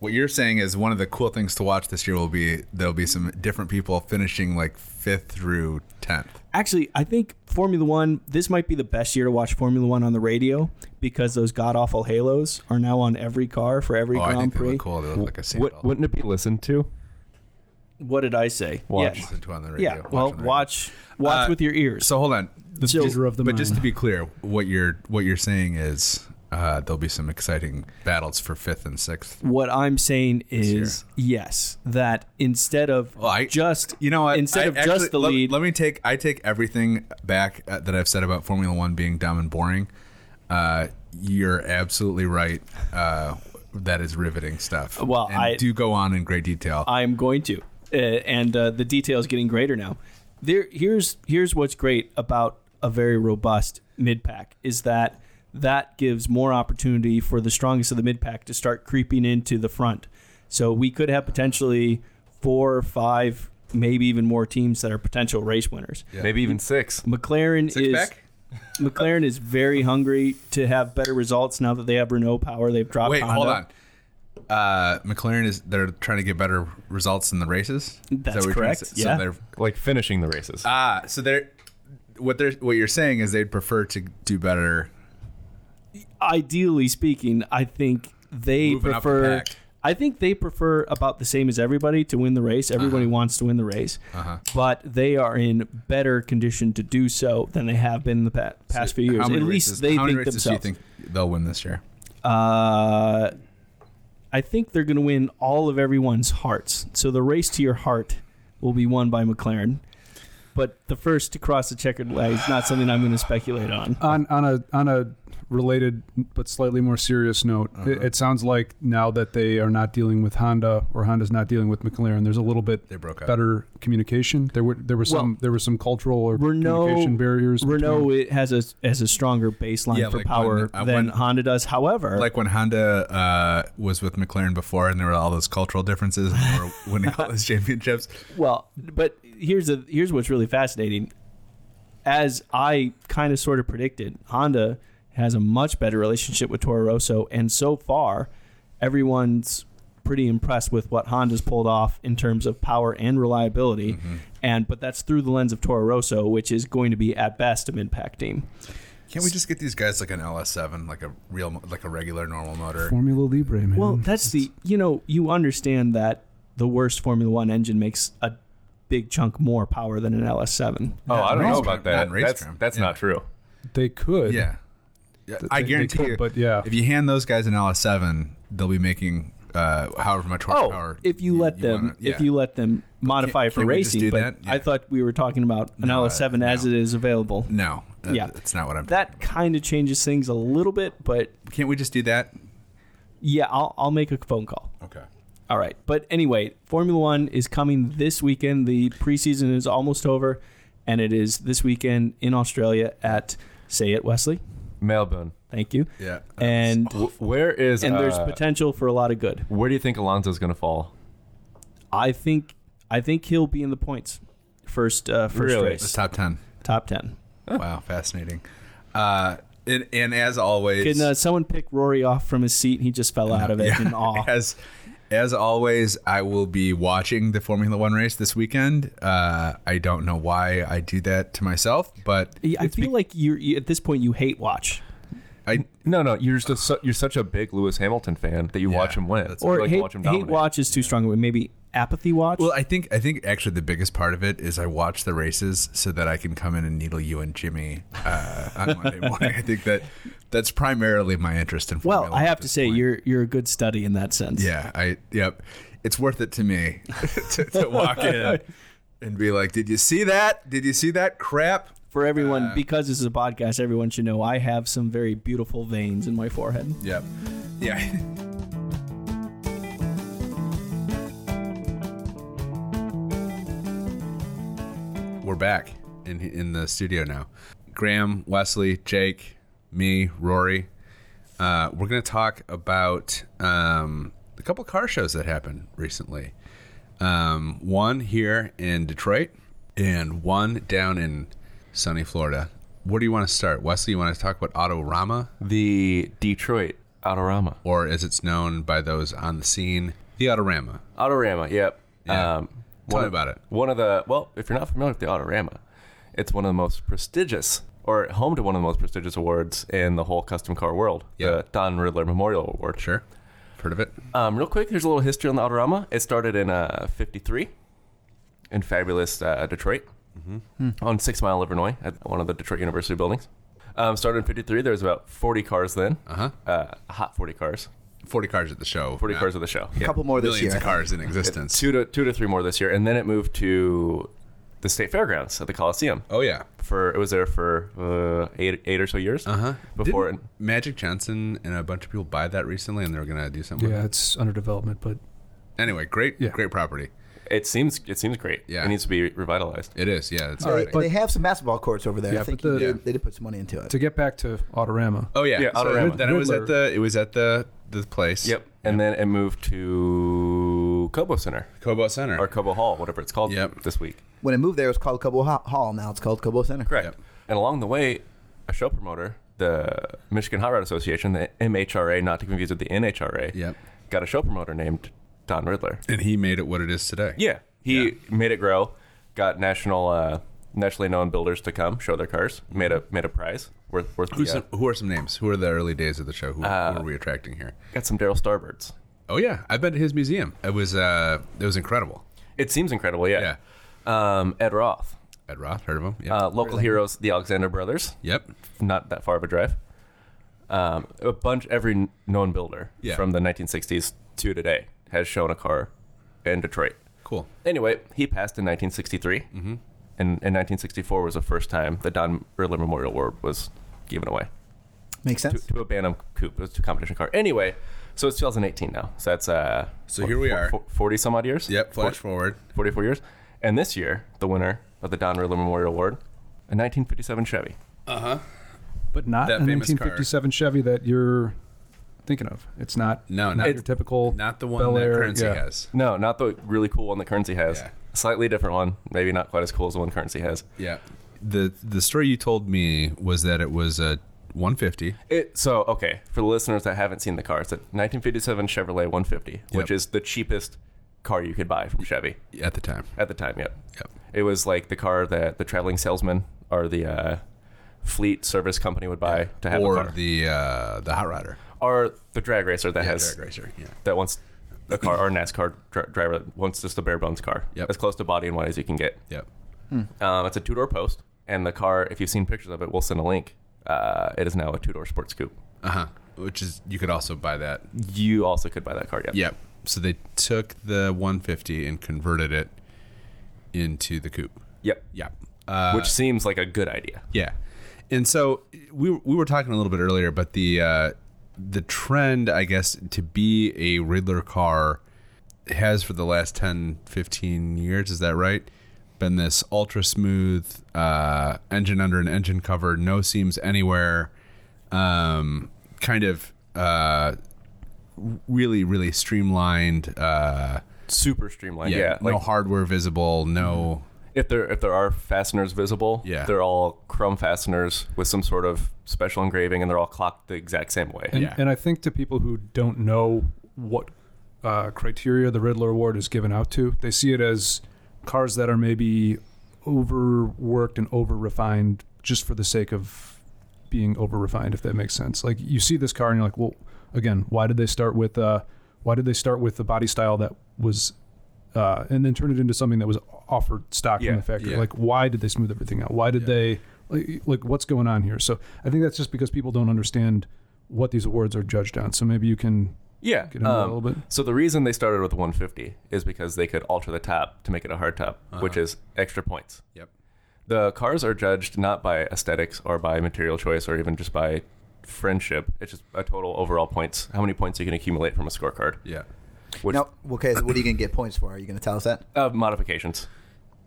Speaker 1: what you're saying is one of the cool things to watch this year will be there'll be some different people finishing like fifth through tenth.
Speaker 2: Actually, I think Formula One. This might be the best year to watch Formula One on the radio because those god awful halos are now on every car for every
Speaker 1: Oh, I
Speaker 2: Grand
Speaker 1: think they
Speaker 2: Prix.
Speaker 1: look cool. They look like a
Speaker 3: What,
Speaker 1: seatbelt.
Speaker 3: wouldn't it be listened to?
Speaker 2: What did I say?
Speaker 3: Watch.
Speaker 2: Yeah.
Speaker 1: Listen to it on the radio.
Speaker 2: Yeah. Well,
Speaker 1: on the radio.
Speaker 2: watch watch
Speaker 1: Uh,
Speaker 2: with your ears.
Speaker 1: So hold on. The
Speaker 5: theater of the
Speaker 1: but just
Speaker 5: mind.
Speaker 1: to be clear, what you're what you're saying is uh, there'll be some exciting battles for fifth and sixth.
Speaker 2: what I'm saying is yes, that instead of
Speaker 1: Well, I-
Speaker 2: just
Speaker 1: You know what?
Speaker 2: instead
Speaker 1: I
Speaker 2: of
Speaker 1: actually-
Speaker 2: just the
Speaker 1: let,
Speaker 2: lead,
Speaker 1: Let me take I take everything back uh, that I've said about Formula One being dumb and boring. Uh, you're absolutely right. Uh, that is riveting stuff.
Speaker 2: Well,
Speaker 1: and
Speaker 2: I-
Speaker 1: do go on in great detail.
Speaker 2: I'm going to, uh, and uh, the detail is getting greater now. There, here's here's what's great about a very robust mid pack is that that gives more opportunity for the strongest of the mid pack to start creeping into the front. So we could have potentially four or five, maybe even more teams that are potential race winners.
Speaker 3: Maybe even six.
Speaker 2: McLaren
Speaker 1: Six
Speaker 2: is
Speaker 1: pack?
Speaker 2: McLaren is very hungry to have better results now that they have Renault power. They've dropped.
Speaker 1: Wait,
Speaker 2: Honda.
Speaker 1: hold on. Uh, McLaren is they're trying to get better results in the races. Is
Speaker 2: That's
Speaker 1: what you're trying to
Speaker 2: correct,
Speaker 1: say?
Speaker 2: yeah.
Speaker 1: So they're
Speaker 3: Like finishing the races.
Speaker 1: Ah, so they're what they're what you're saying is they'd prefer to do better.
Speaker 2: Ideally speaking, I think they
Speaker 1: Moving up the
Speaker 2: prefer.
Speaker 1: pack.
Speaker 2: I think they prefer about the same as everybody to win the race. Everybody
Speaker 1: Uh-huh.
Speaker 2: wants to win the race, but they are in better condition to do so than they have been in the pa- past few years.
Speaker 1: How
Speaker 2: At
Speaker 1: many
Speaker 2: least
Speaker 1: races-
Speaker 2: they
Speaker 1: how many
Speaker 2: think
Speaker 1: races
Speaker 2: themselves.
Speaker 1: do you think they'll win this year?
Speaker 2: Uh, I think they're going to win all of everyone's hearts. So the race to your heart will be won by McLaren. But the first to cross the checkered flag is not something I'm going to speculate on.
Speaker 5: on on a on a related but slightly more serious note,
Speaker 1: Uh-huh.
Speaker 5: it, it sounds like now that they are not dealing with Honda or Honda's not dealing with McLaren, there's a little bit
Speaker 1: They broke up.
Speaker 5: better communication. There were there were some there were some cultural or
Speaker 2: Renault
Speaker 5: communication barriers.
Speaker 2: Renault
Speaker 5: between-
Speaker 2: it has a has a stronger baseline
Speaker 1: Yeah,
Speaker 2: for
Speaker 1: like
Speaker 2: power
Speaker 1: when- uh,
Speaker 2: than
Speaker 1: when-
Speaker 2: Honda does. However,
Speaker 1: Like when Honda uh, was with McLaren before, and there were all those cultural differences, and they were winning all those championships.
Speaker 2: well, but here's a here's what's really fascinating. As I kind of sort of predicted, Honda has a much better relationship with Toro Rosso, and so far, everyone's pretty impressed with what Honda's pulled off in terms of power and reliability. And but that's through the lens of Toro Rosso, which is going to be at best a mid-pack team.
Speaker 1: Can't we just get these guys like an LS7, like a real, mo- like a regular normal motor?
Speaker 5: Formula Libre, man.
Speaker 1: Mm.
Speaker 2: Well, that's the you know you understand that the worst Formula One engine makes a big chunk more power than an LS7.
Speaker 3: oh, I don't know
Speaker 1: race
Speaker 3: about
Speaker 1: trim,
Speaker 3: that.
Speaker 1: not race
Speaker 3: That's,
Speaker 1: trim.
Speaker 3: that's
Speaker 1: Yeah.
Speaker 3: not true.
Speaker 5: they could.
Speaker 1: Yeah, yeah I
Speaker 5: they- they
Speaker 1: guarantee
Speaker 5: could,
Speaker 1: you.
Speaker 5: but yeah.
Speaker 1: if you hand those guys an LS7, they'll be making uh, however much horsepower.
Speaker 2: Oh, If you let them,
Speaker 1: wanna- yeah.
Speaker 2: if you let them modify
Speaker 1: can't-
Speaker 2: for
Speaker 1: can't we just
Speaker 2: racing,
Speaker 1: do
Speaker 2: but
Speaker 1: that? Yeah.
Speaker 2: I thought we were talking about an LS7 as
Speaker 1: no.
Speaker 2: it is available.
Speaker 1: no, that-
Speaker 2: Yeah.
Speaker 1: that's not what I'm.
Speaker 2: That kind of changes things a little bit, but
Speaker 1: can't we just do that?
Speaker 2: yeah, I'll I'll make a phone call.
Speaker 1: Okay.
Speaker 2: All right. But anyway, Formula One is coming this weekend. The preseason is almost over, and it is this weekend in Australia at, say it, Wesley.
Speaker 3: Melbourne.
Speaker 2: Thank you.
Speaker 1: Yeah. Uh,
Speaker 2: And
Speaker 3: Wh- Where is
Speaker 2: and there's
Speaker 3: uh,
Speaker 2: potential for a lot of good.
Speaker 3: Where do you think Alonso's going to fall?
Speaker 2: I think I think he'll be in the points first uh, first
Speaker 3: Really?
Speaker 1: It's
Speaker 2: race
Speaker 1: top ten.
Speaker 2: top ten.
Speaker 1: Wow, fascinating. Uh, and, and as always,
Speaker 2: Can uh, someone pick Rory off from his seat? He just fell out of it in awe.
Speaker 1: as as always, I will be watching the Formula One race this weekend. Uh, I don't know why I do that to myself, but
Speaker 2: I feel like you you- at this point you hate watch
Speaker 1: I
Speaker 3: No, no, you're just a, su- you're such a big Lewis Hamilton fan that you watch him win.
Speaker 1: that's-
Speaker 3: You
Speaker 2: or
Speaker 3: like to
Speaker 2: hate,
Speaker 3: watch him
Speaker 2: hate
Speaker 3: dominate.
Speaker 2: watch is too strong. a word. Maybe apathy watch.
Speaker 1: well, I think I think actually the biggest part of it is I watch the races so that I can come in and needle you and Jimmy uh, on Monday morning. I think that that's primarily my interest in. Formula
Speaker 2: well,
Speaker 1: One
Speaker 2: I
Speaker 1: at
Speaker 2: have to
Speaker 1: this
Speaker 2: say
Speaker 1: point.
Speaker 2: you're you're a good study in that sense.
Speaker 1: Yeah, I yep. It's worth it to me to, to walk in and be like, "Did you see that? Did you see that crap?"
Speaker 2: For everyone, because this is a podcast, everyone should know I have some very beautiful veins in my forehead.
Speaker 1: Yep. Yeah. we're back in in the studio now. Graham, Wesley, Jake, me, Rory. Uh, we're going to talk about um, a couple car shows that happened recently. Um, one here in Detroit and one down in sunny Florida. Where do you want to start, Wesley? You want to talk about Autorama,
Speaker 3: The Detroit Autorama.
Speaker 1: or as it's known by those on the scene, the Autorama?
Speaker 3: Autorama, yep.
Speaker 1: Yeah.
Speaker 3: Um,
Speaker 1: Tell
Speaker 3: one
Speaker 1: me
Speaker 3: of-
Speaker 1: about it.
Speaker 3: One of the well, if you're not familiar with the Autorama, it's one of the most prestigious, or home to one of the most prestigious awards in the whole custom car world,
Speaker 1: Yeah.
Speaker 3: the Don Riddler Memorial Award.
Speaker 1: Sure, I've heard of it.
Speaker 3: Um, real quick, here's a little history on the Autorama. It started in uh, '53 in fabulous uh, Detroit,
Speaker 1: Mm-hmm.
Speaker 3: Hmm. on Six Mile, Illinois, at one of the Detroit University buildings. Um, started in '53. There was about 40 cars then,
Speaker 1: Uh-huh.
Speaker 3: uh, hot 40 cars,
Speaker 1: Forty cars at the show.
Speaker 3: 40
Speaker 1: Uh,
Speaker 3: cars of the show.
Speaker 6: A couple more this
Speaker 1: millions
Speaker 6: year.
Speaker 1: of cars in existence.
Speaker 3: two to two to three more this year, and then it moved to the state fairgrounds at the Coliseum
Speaker 1: Oh yeah.
Speaker 3: for it was there for uh, eight eight or so years
Speaker 1: Uh-huh.
Speaker 3: before
Speaker 1: Didn't Magic Johnson and a bunch of people buy that recently, and they were gonna do something.
Speaker 5: Yeah,
Speaker 1: With it.
Speaker 5: it's under development, but
Speaker 1: Anyway, great,
Speaker 5: Yeah.
Speaker 1: great property.
Speaker 3: it, it seems it seems great.
Speaker 1: Yeah.
Speaker 3: it needs to be revitalized.
Speaker 1: It is. Yeah. It's
Speaker 6: They,
Speaker 1: alright.
Speaker 6: they have some basketball courts over there.
Speaker 5: Yeah,
Speaker 6: I think
Speaker 5: but the-
Speaker 6: they,
Speaker 5: Yeah.
Speaker 6: they did put some money into it.
Speaker 5: to get back to Autorama,
Speaker 1: Oh yeah.
Speaker 3: Yeah,
Speaker 1: So
Speaker 3: Autorama.
Speaker 1: then it was at
Speaker 5: Riddler.
Speaker 1: the it was at the the place.
Speaker 3: Yep, and then it moved to Cobo Center
Speaker 1: Kobo Center.
Speaker 3: or Cobo Hall, whatever it's called.
Speaker 1: Yep.
Speaker 3: this week.
Speaker 6: When it moved there, it was called Cobo Ho- Hall. Now it's called Cobo Center.
Speaker 3: Correct.
Speaker 1: Yep.
Speaker 3: And along the way, a show promoter, the Michigan Hot Rod Association, the MHRA, not to confuse with the NHRA,
Speaker 1: Yep.
Speaker 3: got a show promoter named Don Riddler.
Speaker 1: and he made it what it is today.
Speaker 3: Yeah, he made it grow. Got national, uh, nationally known builders to come show their cars. Made a made a prize worth worth.
Speaker 1: Who's
Speaker 3: The, uh,
Speaker 1: some- who are some names? Who are the early days of the show? Who, who are we attracting here?
Speaker 3: got some Daryl Starbirds.
Speaker 1: Oh yeah, I've been to his museum. It was uh, it was incredible.
Speaker 3: It seems incredible, yeah. Um, Ed Roth,
Speaker 1: Ed Roth, heard of him? Yeah.
Speaker 3: uh, local heroes, the Alexander Brothers.
Speaker 1: yep.
Speaker 3: Not that far of a drive. Um, a bunch every known builder
Speaker 1: Yeah.
Speaker 3: from the 1960s to today has shown a car in Detroit.
Speaker 1: Cool.
Speaker 3: Anyway, he passed in 1963, mm-hmm. and in 1964 was the first time the Don Riddler Memorial Award was given away.
Speaker 6: Makes sense.
Speaker 3: uh, to a Bantam coupe. It was a competition car. Anyway, so it's 2018 now. So that's uh.
Speaker 1: So here we are.
Speaker 3: 40 some odd years.
Speaker 1: Yep. Flash
Speaker 3: 40,
Speaker 1: forward.
Speaker 3: 44 years, and this year the winner of the Don Riddler Memorial Award, a 1957 Chevy.
Speaker 5: but not
Speaker 1: That
Speaker 5: a
Speaker 1: famous car.
Speaker 5: 1957 Chevy that you're thinking of. It's not.
Speaker 1: No, not-
Speaker 5: not your typical.
Speaker 1: Not the one
Speaker 5: Bel
Speaker 1: that
Speaker 5: Air,
Speaker 1: currency
Speaker 5: yeah.
Speaker 1: has.
Speaker 3: No, not the really cool one that Currency has.
Speaker 1: Yeah.
Speaker 3: Slightly different one. Maybe not quite as cool as the one Currency has.
Speaker 1: Yeah. The the story you told me was that it was a 150.
Speaker 3: It so okay for the listeners that haven't seen the car. It's a 1957 Chevrolet 150, which is the cheapest car you could buy from Chevy.
Speaker 1: at the time.
Speaker 3: At the time, yep.
Speaker 1: Yep.
Speaker 3: It was like the car that the traveling salesman or the uh, fleet service company would buy to have a
Speaker 1: or
Speaker 3: car.
Speaker 1: the uh, the hot rider.
Speaker 3: or the drag racer that has
Speaker 1: drag racer. Yeah.
Speaker 3: that wants a car or a NASCAR dri- driver that wants just a bare bones car.
Speaker 1: Yep.
Speaker 3: As close to body and white as you can get.
Speaker 1: Yep.
Speaker 3: Um, it's a two door post, and the car, if you've seen pictures of it, we'll send a link. Uh, it is now a two door sports coupe.
Speaker 1: Uh huh. Which is you could also buy that.
Speaker 3: You also could buy that car, yep.
Speaker 1: Yep. So they took the 150 and converted it into the coupe.
Speaker 3: Yep.
Speaker 1: Yep. Uh,
Speaker 3: Which seems like a good idea.
Speaker 1: Yeah, and so we we were talking a little bit earlier, but the uh, the trend, I guess, to be a Riddler car has for the last 10, 15 years. Is that right? Been this ultra smooth uh, engine under an engine cover, no seams anywhere, um, kind of uh, really really streamlined. Uh,
Speaker 3: Super streamlined. Yeah.
Speaker 1: no hardware visible, no.
Speaker 3: if there if there are fasteners visible,
Speaker 1: Yeah.
Speaker 3: they're all chrome fasteners with some sort of special engraving, and they're all clocked the exact same way.
Speaker 5: And,
Speaker 1: Yeah.
Speaker 5: and I think to people who don't know what uh, criteria the Riddler Award is given out to, they see it as cars that are maybe overworked and over refined just for the sake of being over refined, if that makes sense. Like you see this car and you're like, well, again, why did they start with uh, why did they start with the body style that was uh, and then turn it into something that was offered stock
Speaker 3: Yeah,
Speaker 5: from the factory.
Speaker 1: yeah.
Speaker 5: Like, why did they smooth everything out? Why did they like, like what's going on here? So I think that's just because people don't understand what these awards are judged on. So maybe you can
Speaker 3: Yeah. um,
Speaker 5: Get into that a little bit.
Speaker 3: So the reason they started with 150 is because they could alter the top to make it a hard top,
Speaker 5: Uh-huh.
Speaker 3: which is extra points.
Speaker 1: Yep.
Speaker 3: The cars are judged not by aesthetics or by material choice or even just by friendship. It's just a total overall points. How many points you can accumulate from a scorecard?
Speaker 1: Yeah.
Speaker 3: Which
Speaker 6: Now, okay, so what are you going to get points for? Are you going to tell us that?
Speaker 3: uh, modifications.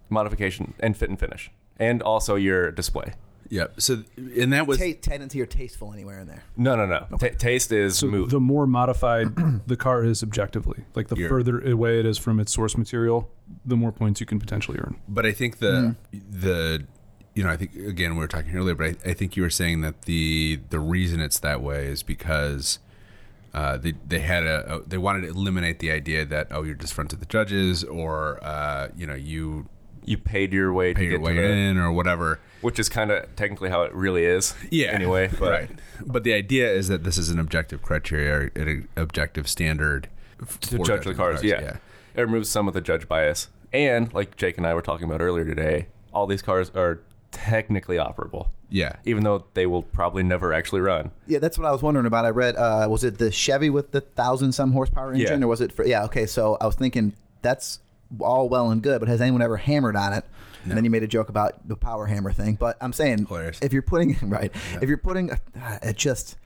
Speaker 3: modification, and fit and finish, and also your display.
Speaker 1: Yep. So and that was
Speaker 6: Ta- tendency or tasteful anywhere in there.
Speaker 3: No, no, no. Ta taste is
Speaker 5: So
Speaker 3: mood.
Speaker 5: the more modified the car is objectively, like the
Speaker 1: Yeah.
Speaker 5: further away it is from its source material, the more points you can potentially earn.
Speaker 1: but I think the the you know I think again we were talking earlier, but I, I think you were saying that the the reason it's that way is because uh, they they had a, a- they wanted to eliminate the idea that oh you're disfronted the judges or uh, you know you
Speaker 3: you paid your way
Speaker 1: pay
Speaker 3: to
Speaker 1: your
Speaker 3: get
Speaker 1: way
Speaker 3: to the,
Speaker 1: in or whatever.
Speaker 3: which is kind of technically how it really is.
Speaker 1: Yeah.
Speaker 3: Anyway, but
Speaker 1: right. But the idea is that this is an objective criteria, or an objective standard f- for
Speaker 3: to judge the
Speaker 1: judging
Speaker 3: cars, yeah. it removes some of the judge bias. And like Jake and I were talking about earlier today, all these cars are technically operable,
Speaker 1: yeah, yeah.
Speaker 3: even though they will probably never actually run.
Speaker 6: Yeah, that's what I was wondering about. I read, uh, was it the Chevy with the thousand some horsepower engine,
Speaker 3: Yeah.
Speaker 6: or was it for? Yeah, okay. So I was thinking that's all well and good, but has anyone ever hammered on it? And then you made a joke about the power hammer thing. But I'm saying,
Speaker 1: Hilarious.
Speaker 6: if you're putting right, if you're putting, uh, it just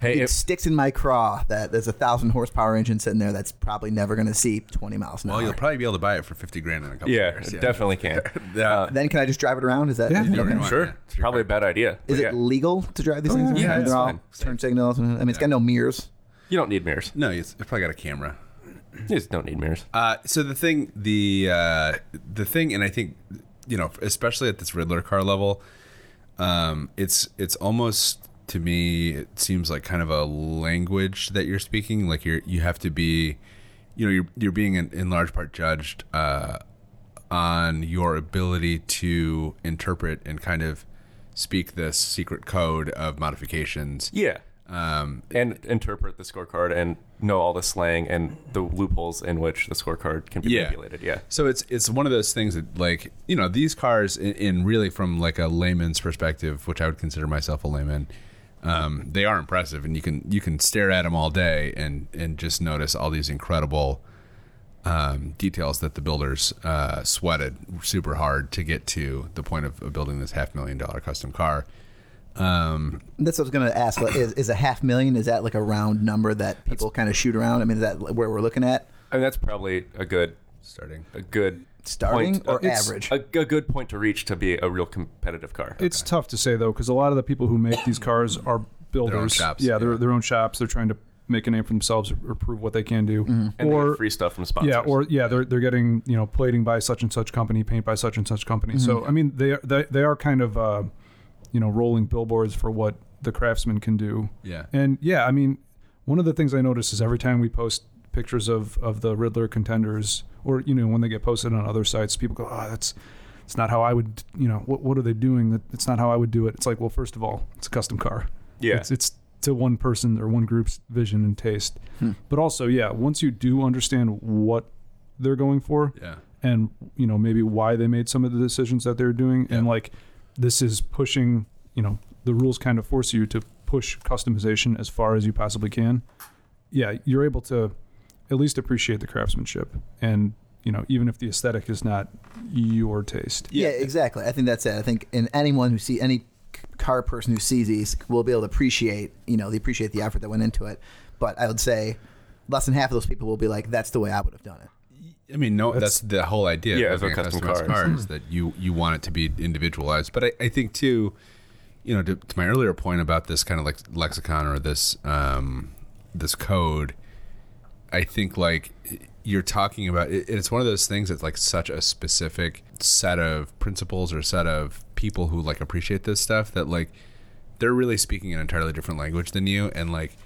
Speaker 3: Hey,
Speaker 6: it
Speaker 3: if-
Speaker 6: sticks in my craw that there's a thousand horsepower engine sitting there that's probably never going to see 20 miles an
Speaker 1: Well,
Speaker 6: hour.
Speaker 1: you'll probably be able to buy it for fifty grand in a couple
Speaker 3: yeah,
Speaker 1: of years.
Speaker 3: it definitely can.
Speaker 1: Yeah.
Speaker 6: then can I just drive it around? Is that
Speaker 5: Yeah.
Speaker 6: okay.
Speaker 5: You
Speaker 1: don't want-
Speaker 3: Sure,
Speaker 1: yeah,
Speaker 3: it's probably a bad idea.
Speaker 6: is
Speaker 3: but
Speaker 6: it legal to drive these things? around?
Speaker 1: Oh, yeah,
Speaker 6: They're
Speaker 1: it's
Speaker 6: all
Speaker 1: fine.
Speaker 6: turn signals. and- I mean, it's got no mirrors.
Speaker 3: You don't need mirrors.
Speaker 1: No, it's, it's probably got a camera.
Speaker 3: You just don't need mirrors.
Speaker 1: Uh, so the thing, the uh, the thing, and I think you know, especially at this Riddler car level, um, it's it's almost to me it seems like kind of a language that you're speaking. Like you're you have to be, you know, you're you're being in, in large part judged uh, on your ability to interpret and kind of speak this secret code of modifications.
Speaker 3: Yeah.
Speaker 1: Um,
Speaker 3: And interpret the scorecard and know all the slang and the loopholes in which the scorecard can be
Speaker 1: Yeah.
Speaker 3: manipulated. Yeah.
Speaker 1: So it's it's one of those things that like you know these cars in, in really from like a layman's perspective, which I would consider myself a layman. Um, they are impressive, and you can you can stare at them all day and and just notice all these incredible um, details that the builders uh, sweated super hard to get to the point of, of building this half million dollar custom car.
Speaker 6: That's what I was going to ask. Like, is, is a half million, is that like a round number that people kind of shoot around? I mean, is that where we're looking at?
Speaker 3: I mean, that's probably a good,
Speaker 1: Starting
Speaker 3: a good
Speaker 6: Starting
Speaker 3: point, uh,
Speaker 6: or
Speaker 5: it's-
Speaker 6: average?
Speaker 3: a, a good point to reach to be a real competitive car.
Speaker 5: It's tough to say though, because a lot of the people who make these cars are builders.
Speaker 1: shops,
Speaker 5: Yeah, they're
Speaker 1: yeah.
Speaker 5: their own shops. They're trying to make a name for themselves or, or prove what they can do.
Speaker 1: Mm-hmm.
Speaker 3: and they
Speaker 5: or
Speaker 3: get free stuff from sponsors.
Speaker 5: yeah, or yeah, they're they're getting you know plating by such and such company, paint by such and such company.
Speaker 3: Mm-hmm.
Speaker 5: So I mean, they are they, they are kind of uh, you know rolling billboards for what the craftsman can do.
Speaker 1: Yeah.
Speaker 5: and yeah, I mean, one of the things I notice is every time we post pictures of of the Riddler contenders, or you know when they get posted on other sites, people go, oh, that's. It's not how I would, you know. What what are they doing? That it's not how I would do it. It's like, well, first of all, it's a custom car.
Speaker 3: Yeah.
Speaker 5: It's, it's to one person or one group's vision and taste.
Speaker 1: Hmm.
Speaker 5: But also, yeah, once you do understand what they're going for
Speaker 1: yeah.
Speaker 5: and, you know, maybe why they made some of the decisions that they're doing and like this is pushing, you know, the rules kind of force you to push customization as far as you possibly can. Yeah, you're able to at least appreciate the craftsmanship and, you know, even if the aesthetic is not your taste.
Speaker 6: yeah. exactly. I think that's it. I think in anyone who see any c- car person who sees these will be able to appreciate, you know, they appreciate the effort that went into it. But I would say less than half of those people will be like, that's the way I would have done it.
Speaker 1: I mean, no, that's, the whole idea.
Speaker 3: Yeah,
Speaker 1: of
Speaker 3: that's
Speaker 1: having
Speaker 3: what
Speaker 1: a
Speaker 3: custom Hmm.
Speaker 1: customized
Speaker 3: car
Speaker 1: car is that you you want it to be individualized. But I, I think too, you know, to, to my earlier point about this kind of like lexicon or this um, this code, I think like you're talking about it, it's one of those things that's like such a specific set of principles or set of people who like appreciate this stuff that like they're really speaking an entirely different language than you and like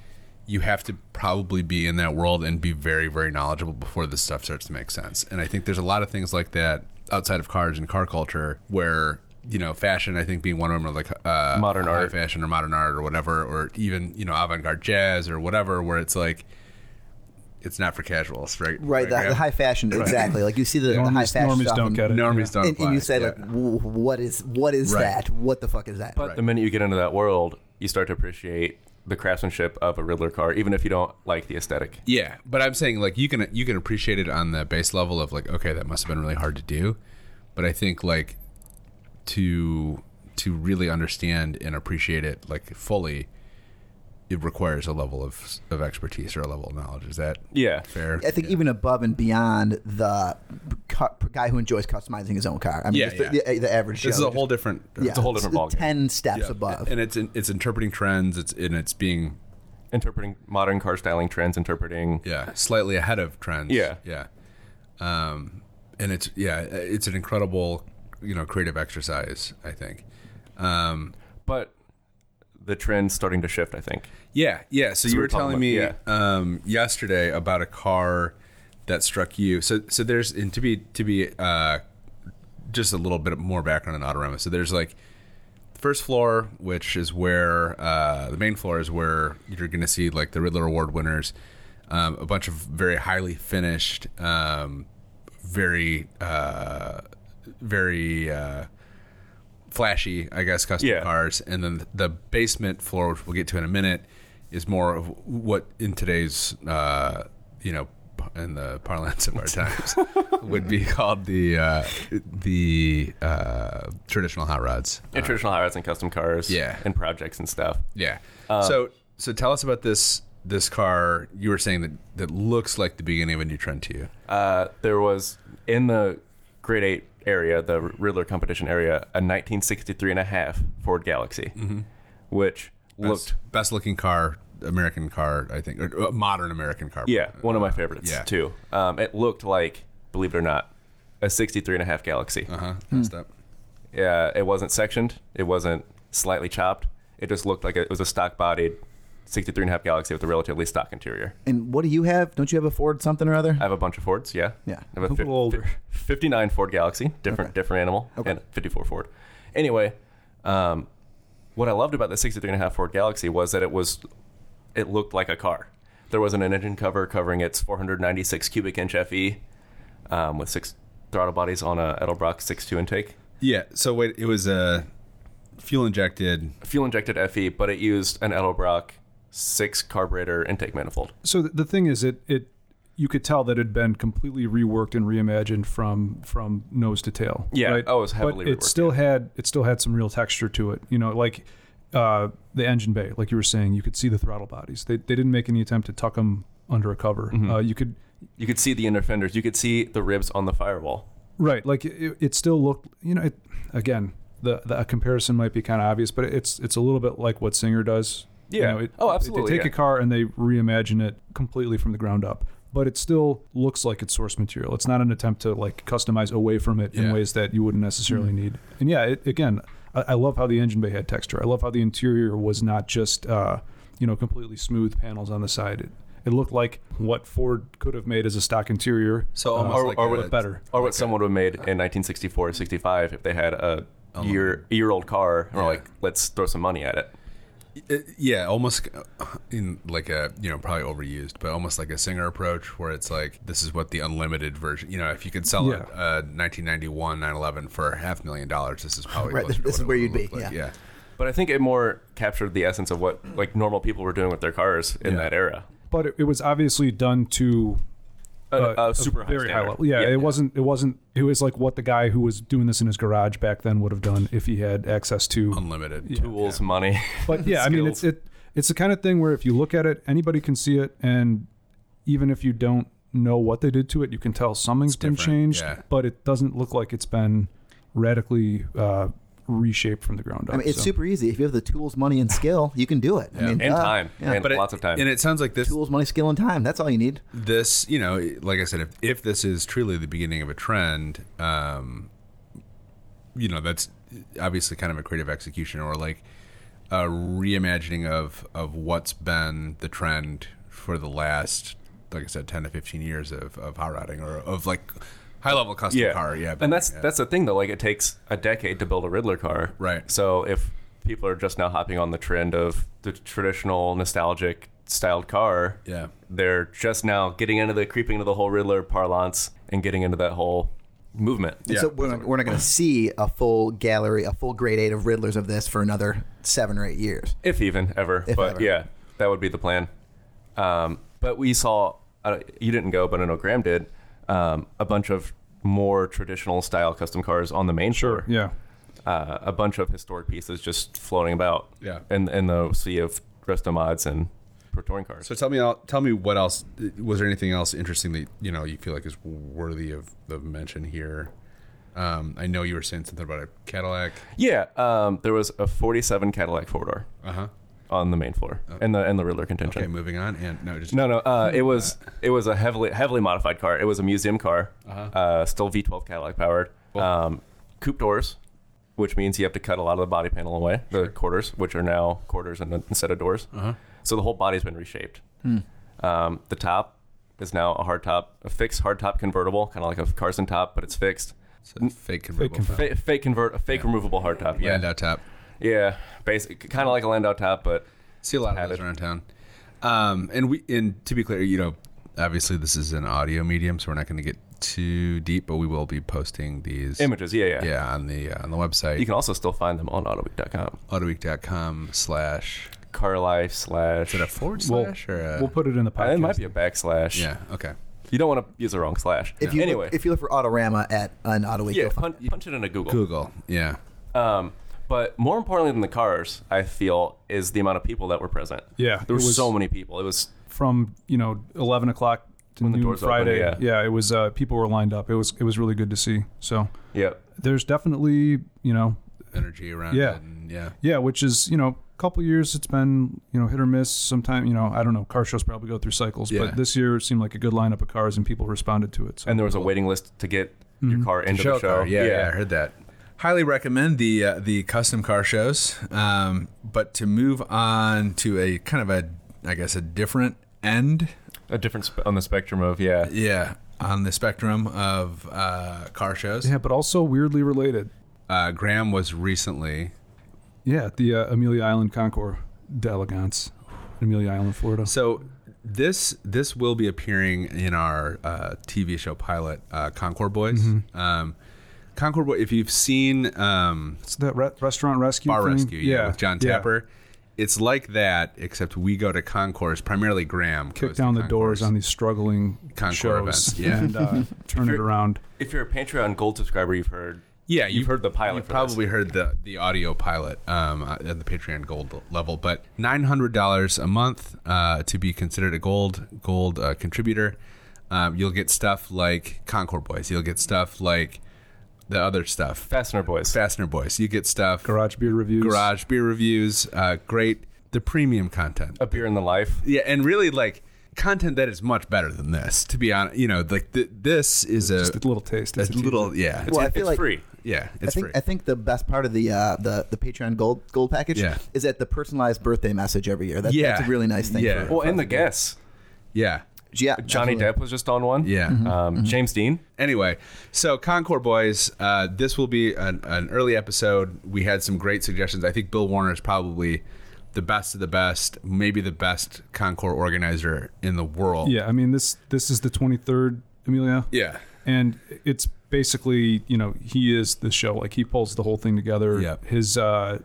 Speaker 1: you have to probably be in that world and be very very knowledgeable before this stuff starts to make sense and i think there's a lot of things like that outside of cars and car culture where you know fashion i think being one of them or like uh
Speaker 3: Modern
Speaker 1: high
Speaker 3: art.
Speaker 1: fashion or modern art or whatever or even you know avant-garde jazz or whatever where it's like it's not for casuals, right?
Speaker 6: Right. The, the high fashion, exactly. Like you see the, the high
Speaker 5: Normies,
Speaker 6: fashion.
Speaker 5: normies
Speaker 6: stuff
Speaker 5: don't
Speaker 6: and-
Speaker 5: get it.
Speaker 1: Normies don't
Speaker 6: And, and you
Speaker 1: apply,
Speaker 6: say
Speaker 1: yeah.
Speaker 6: like, w- what is what is
Speaker 1: Right.
Speaker 6: that? What the fuck is that?
Speaker 3: but the minute you get into that world, you start to appreciate the craftsmanship of a Riddler car, even if you don't like the aesthetic.
Speaker 1: yeah, but I'm saying like you can you can appreciate it on the base level of like okay, that must have been really hard to do, but I think like to to really understand and appreciate it like fully, it requires a level of of expertise or a level of knowledge. Is that
Speaker 3: Yeah.
Speaker 1: fair?
Speaker 6: I think
Speaker 1: Yeah.
Speaker 6: even above and beyond the cu- guy who enjoys customizing his own car. I mean,
Speaker 1: Yeah,
Speaker 6: just the,
Speaker 1: yeah.
Speaker 6: the, the average.
Speaker 1: this is
Speaker 6: Joe
Speaker 1: a whole different.
Speaker 6: just-
Speaker 1: It's a whole different
Speaker 6: it's
Speaker 3: ballgame.
Speaker 6: Ten steps
Speaker 1: yeah.
Speaker 6: above.
Speaker 1: and it's it's interpreting trends. It's and it's being
Speaker 3: Interpreting modern car styling trends, interpreting.
Speaker 1: yeah Uh, slightly ahead of trends
Speaker 3: Yeah.
Speaker 1: yeah um and it's yeah it's an incredible you know creative exercise i think um
Speaker 3: But the trend's starting to shift, I think.
Speaker 1: yeah yeah so you
Speaker 3: we
Speaker 1: were
Speaker 3: were talking
Speaker 1: telling
Speaker 3: about-
Speaker 1: me
Speaker 3: yeah.
Speaker 1: um yesterday about a car that struck you so so there's and to be to be uh just a little bit more background on autorama so there's like first floor, which is where uh, the main floor is where you're going to see like the Riddler Award winners, um, a bunch of very highly finished, um, very, uh, very uh, flashy, I guess, custom
Speaker 3: Yeah.
Speaker 1: cars. And then the basement floor, which we'll get to in a minute, is more of what in today's, uh, you know, in the parlance of our times, would be called the uh, the uh, traditional hot rods.
Speaker 3: And traditional high rods and custom cars.
Speaker 1: Uh-huh. yeah.
Speaker 3: And projects and stuff.
Speaker 1: Yeah. so so tell us about this this car you were saying that that looks like the beginning of a new trend to you.
Speaker 3: uh, there was in the grade 8 area, the Riddler competition area, a 1963 and a half Ford Galaxy, which
Speaker 1: Mm-hmm. Best,
Speaker 3: looked,
Speaker 1: best looking car, American car, I think, or uh, modern American car. Uh,
Speaker 3: yeah, one of my favorites,
Speaker 1: yeah.
Speaker 3: too. Um, it looked like, believe it or not, a 63 and a half Galaxy.
Speaker 1: Uh huh. Messed up.
Speaker 3: Yeah, it wasn't sectioned, it wasn't slightly chopped. It just looked like it was a stock bodied 63 and a half Galaxy with a relatively stock interior.
Speaker 6: And what do you have? Don't you have a Ford something or other?
Speaker 3: I have a bunch of Fords, yeah.
Speaker 6: Yeah.
Speaker 3: I have
Speaker 5: A little older.
Speaker 3: 59 Ford Galaxy, different different animal,
Speaker 6: Okay.
Speaker 3: and 54 Ford. Anyway, um, what I loved about the 63 and a half Ford Galaxy was that it was it looked like a car. There wasn't an engine cover covering its 496 cubic inch FE um, with six throttle bodies on a Edelbrock 6.2 intake.
Speaker 1: Yeah. So wait, it was a fuel injected.
Speaker 3: Fuel injected FE, but it used an Edelbrock 6 carburetor intake manifold.
Speaker 5: So th- the thing is, it it you could tell that it had been completely reworked and reimagined from from nose to tail.
Speaker 3: Yeah.
Speaker 5: right?
Speaker 3: Oh, it was heavily
Speaker 5: But it
Speaker 3: reworked,
Speaker 5: still had it still had some real texture to it. You know, like uh, the engine bay, like you were saying, you could see the throttle bodies. They they didn't make any attempt to tuck them under a cover.
Speaker 3: Mm-hmm.
Speaker 5: Uh, you could
Speaker 3: You could see the inner fenders, you could see the ribs on the firewall.
Speaker 5: Right. Like it, it still looked, you know, it, again, the, the comparison might be kind of obvious, but it's it's a little bit like what Singer does. You
Speaker 3: Yeah.
Speaker 5: know, it-
Speaker 3: Oh,
Speaker 5: they-
Speaker 3: absolutely,
Speaker 5: They take
Speaker 3: yeah.
Speaker 5: a car and they reimagine it completely from the ground up, but it still looks like its source material. It's not an attempt to like customize away from it
Speaker 1: Yeah.
Speaker 5: in ways that you wouldn't necessarily
Speaker 3: Mm-hmm.
Speaker 5: need. And yeah, it, again, I, I love how the engine bay had texture. I love how the interior was not just uh, you know completely smooth panels on the side. It, it looked like what Ford could have made as a stock interior,
Speaker 1: So
Speaker 5: uh,
Speaker 1: almost
Speaker 5: or,
Speaker 1: like
Speaker 5: or
Speaker 1: a-
Speaker 5: with better.
Speaker 3: or what someone would have made in 1964 or 65 if they had a year year old car and were
Speaker 1: Um, Yeah.
Speaker 3: like let's throw some money at it
Speaker 1: It, Uh, yeah, almost uh, in like a you know probably overused, but almost like a singer approach where it's like this is what the unlimited version. You know, if you could sell uh,
Speaker 5: Yeah.
Speaker 1: a, a 1991 911 for half a million dollars, this is probably
Speaker 6: Right,
Speaker 1: closer to
Speaker 6: this
Speaker 1: what
Speaker 6: is
Speaker 1: it
Speaker 6: where
Speaker 1: would
Speaker 6: you'd be,
Speaker 1: look like. yeah.
Speaker 6: yeah.
Speaker 3: but i think it more captured the essence of what like normal people were doing with their cars in
Speaker 1: Yeah.
Speaker 3: that era
Speaker 5: but it, it was obviously done to
Speaker 3: a, a super high
Speaker 5: Uh, very high
Speaker 3: standard.
Speaker 5: level. Yeah, it wasn't. It wasn't. It was like what the guy who was doing this in his garage back then would have done if he had access to.
Speaker 1: unlimited
Speaker 3: tools money
Speaker 5: But yeah, I mean, it's it. It's the kind of thing where if you look at it, anybody can see it, and even if you don't know what they did to it, you can tell something's been
Speaker 1: different,
Speaker 5: changed.
Speaker 1: yeah.
Speaker 5: But it doesn't look like it's been radically uh, reshaped from the ground up.
Speaker 6: I mean, it's
Speaker 5: so.
Speaker 6: super easy. If you have the tools, money, and skill, you can do it. I mean,
Speaker 3: and
Speaker 6: uh,
Speaker 3: time and
Speaker 1: But it-
Speaker 3: lots of time
Speaker 1: And it sounds like this
Speaker 6: tools, money, skill, and time. That's all you need.
Speaker 1: this you know like i said if, if this is truly the beginning of a trend um you know that's obviously kind of a creative execution or like a reimagining of of what's been the trend for the last like i said 10 to 15 years of of hot rodding or of like high level custom
Speaker 3: yeah
Speaker 1: car yeah
Speaker 3: and that's
Speaker 1: yeah.
Speaker 3: that's the thing though like it takes a decade to build a riddler car
Speaker 1: Right.
Speaker 3: so if people are just now hopping on the trend of the traditional nostalgic styled car
Speaker 1: yeah
Speaker 3: they're just now getting into the creeping into the whole Riddler parlance and getting into that whole movement.
Speaker 6: And
Speaker 1: Yeah,
Speaker 6: so we're not, we're not going to see a full gallery, a full grade eight of Riddlers of this for another seven or eight years.
Speaker 3: If even ever, but
Speaker 6: ever.
Speaker 3: yeah, that would be the plan. Um, but we saw uh, you didn't go, but I know Graham did um, a bunch of more traditional style custom cars on the main shore.
Speaker 5: Yeah.
Speaker 3: uh, a bunch of historic pieces just floating about.
Speaker 1: Yeah.
Speaker 3: in in the sea of resto mods and pro touring cars.
Speaker 1: So tell me, uh, tell me what else was there? Anything else interesting that you know you feel like is worthy of, of mention here? Um, I know you were saying something about a Cadillac.
Speaker 3: yeah, um, there was a 47 Cadillac four door
Speaker 1: Uh huh.
Speaker 3: on the main floor and the and the Riddler contention.
Speaker 1: Okay, moving on. And no, just
Speaker 3: No, no. Uh, it was it was a heavily heavily modified car. It was a museum car, uh, still V12 Cadillac powered. Um, coupe doors, which means you have to cut a lot of the body panel away, the quarters, which are now quarters and instead of doors. So the whole body's been reshaped. Um, the top is now a hard top, a fixed hard top convertible, kind of like a Carson top, but it's fixed.
Speaker 1: it's a fake convertible. Fake
Speaker 3: Fa- fake convert, a fake removable hard top. Yeah,
Speaker 1: Landau top.
Speaker 3: yeah. Basic, kind of like a Landau top, but
Speaker 1: See a lot of
Speaker 3: Had
Speaker 1: those
Speaker 3: it.
Speaker 1: around town. Um, and we and to be clear, you know, obviously this is an audio medium, so we're not going to get too deep, but we will be posting these
Speaker 3: images. Yeah, yeah.
Speaker 1: Yeah, on the uh, on the
Speaker 3: You
Speaker 1: website
Speaker 3: can also still find them on autoweek.com.
Speaker 1: autoweek.com slash
Speaker 3: Car life slash.
Speaker 1: is it a forward
Speaker 5: We'll-
Speaker 1: slash or a,
Speaker 5: We'll put it in the
Speaker 3: Uh,
Speaker 5: podcast.
Speaker 3: It might be a backslash.
Speaker 1: yeah okay
Speaker 3: You don't want to use the wrong slash.
Speaker 6: If you
Speaker 3: anyway,
Speaker 6: look, if you look for Autorama at an Auto Week,
Speaker 3: yeah,
Speaker 6: you'll find
Speaker 3: punch, punch it into Google.
Speaker 1: Google yeah
Speaker 3: Um, but more importantly than the cars, I feel is the amount of people that were present.
Speaker 5: Yeah,
Speaker 3: there were
Speaker 5: it was-
Speaker 3: so many people. It was
Speaker 5: from you know eleven o'clock to
Speaker 3: When the
Speaker 5: noon
Speaker 3: doors opened,
Speaker 5: Friday.
Speaker 3: yeah.
Speaker 5: it was uh, people were lined up. It was it was really good to see. So
Speaker 3: yeah,
Speaker 5: there's definitely you know
Speaker 1: energy around
Speaker 5: Yeah.
Speaker 1: it and yeah
Speaker 5: yeah, which is you know a couple years it's been you know hit or miss. Sometime you know I don't know car shows probably go through cycles,
Speaker 1: Yeah.
Speaker 5: but this year it seemed like a good lineup of cars and people responded to it. So
Speaker 3: and there was a waiting list to get your car into the show.
Speaker 1: car. Yeah, yeah, I heard that. Highly recommend the uh, the custom car shows. Um, but to move on to a kind of a, I guess, a different end.
Speaker 3: a difference on the spectrum of yeah.
Speaker 1: Yeah, on the spectrum of uh, car shows.
Speaker 5: yeah, but also weirdly related.
Speaker 1: Uh, Graham was recently.
Speaker 5: Yeah, at the uh, Amelia Island Concours d'Elegance, in Amelia Island, Florida.
Speaker 1: So this this will be appearing in our uh, TV show pilot, uh, Concord Boys. Um, Concord Boy, if you've seen um,
Speaker 5: It's that re- restaurant rescue
Speaker 1: Bar
Speaker 5: thing?
Speaker 1: Rescue, yeah, with John
Speaker 5: yeah.
Speaker 1: Tapper. It's like that, except we go to concourse, primarily Graham.
Speaker 5: Kick
Speaker 1: goes to
Speaker 5: down the doors
Speaker 1: concourse.
Speaker 5: on these struggling
Speaker 1: Concours
Speaker 5: shows
Speaker 1: events, yeah.
Speaker 5: and uh, turn it around.
Speaker 3: If you're a Patreon Gold subscriber, you've heard
Speaker 1: Yeah,
Speaker 3: you've heard the pilot.
Speaker 1: You've
Speaker 3: for
Speaker 1: probably heard the the audio pilot um, at the Patreon Gold level, but nine hundred dollars a month uh, to be considered a gold gold uh, contributor. Um, you'll get stuff like Concord Boys. You'll get stuff like the other stuff,
Speaker 3: this. Fastener Boys.
Speaker 1: Fastener Boys. You get stuff
Speaker 5: Garage beer reviews.
Speaker 1: garage beer reviews. Uh, great, the premium content.
Speaker 3: a beer in the life.
Speaker 1: yeah, and really like content that is much better than this. To be honest, you know, like th- this is a,
Speaker 5: Just a little taste.
Speaker 1: a
Speaker 5: It's a
Speaker 1: little yeah, it's,
Speaker 6: Well, I
Speaker 3: It-
Speaker 6: feel
Speaker 3: it's
Speaker 6: like-
Speaker 3: free.
Speaker 1: yeah,
Speaker 6: I
Speaker 1: it's
Speaker 6: think
Speaker 1: free.
Speaker 6: I think the best part of the uh, the the Patreon gold gold package
Speaker 1: Yeah.
Speaker 6: is that the personalized birthday message every year. That,
Speaker 1: Yeah.
Speaker 6: that's a really nice thing.
Speaker 1: Yeah.
Speaker 6: for-
Speaker 3: Well, and the guests.
Speaker 1: yeah,
Speaker 6: yeah,
Speaker 3: Johnny
Speaker 6: absolutely.
Speaker 3: Depp was just on one.
Speaker 1: yeah.
Speaker 3: Um, James Dean.
Speaker 1: anyway, so Concord Boys, uh, this will be an, an early episode. We had some great suggestions. I think Bill Warner is probably the best of the best, maybe the best Concord organizer in the world.
Speaker 5: Yeah, I mean this this is the 23rd Amelia.
Speaker 1: Yeah.
Speaker 5: And it's basically, you know, he is the show. Like he pulls the whole thing together.
Speaker 1: Yeah.
Speaker 5: His uh,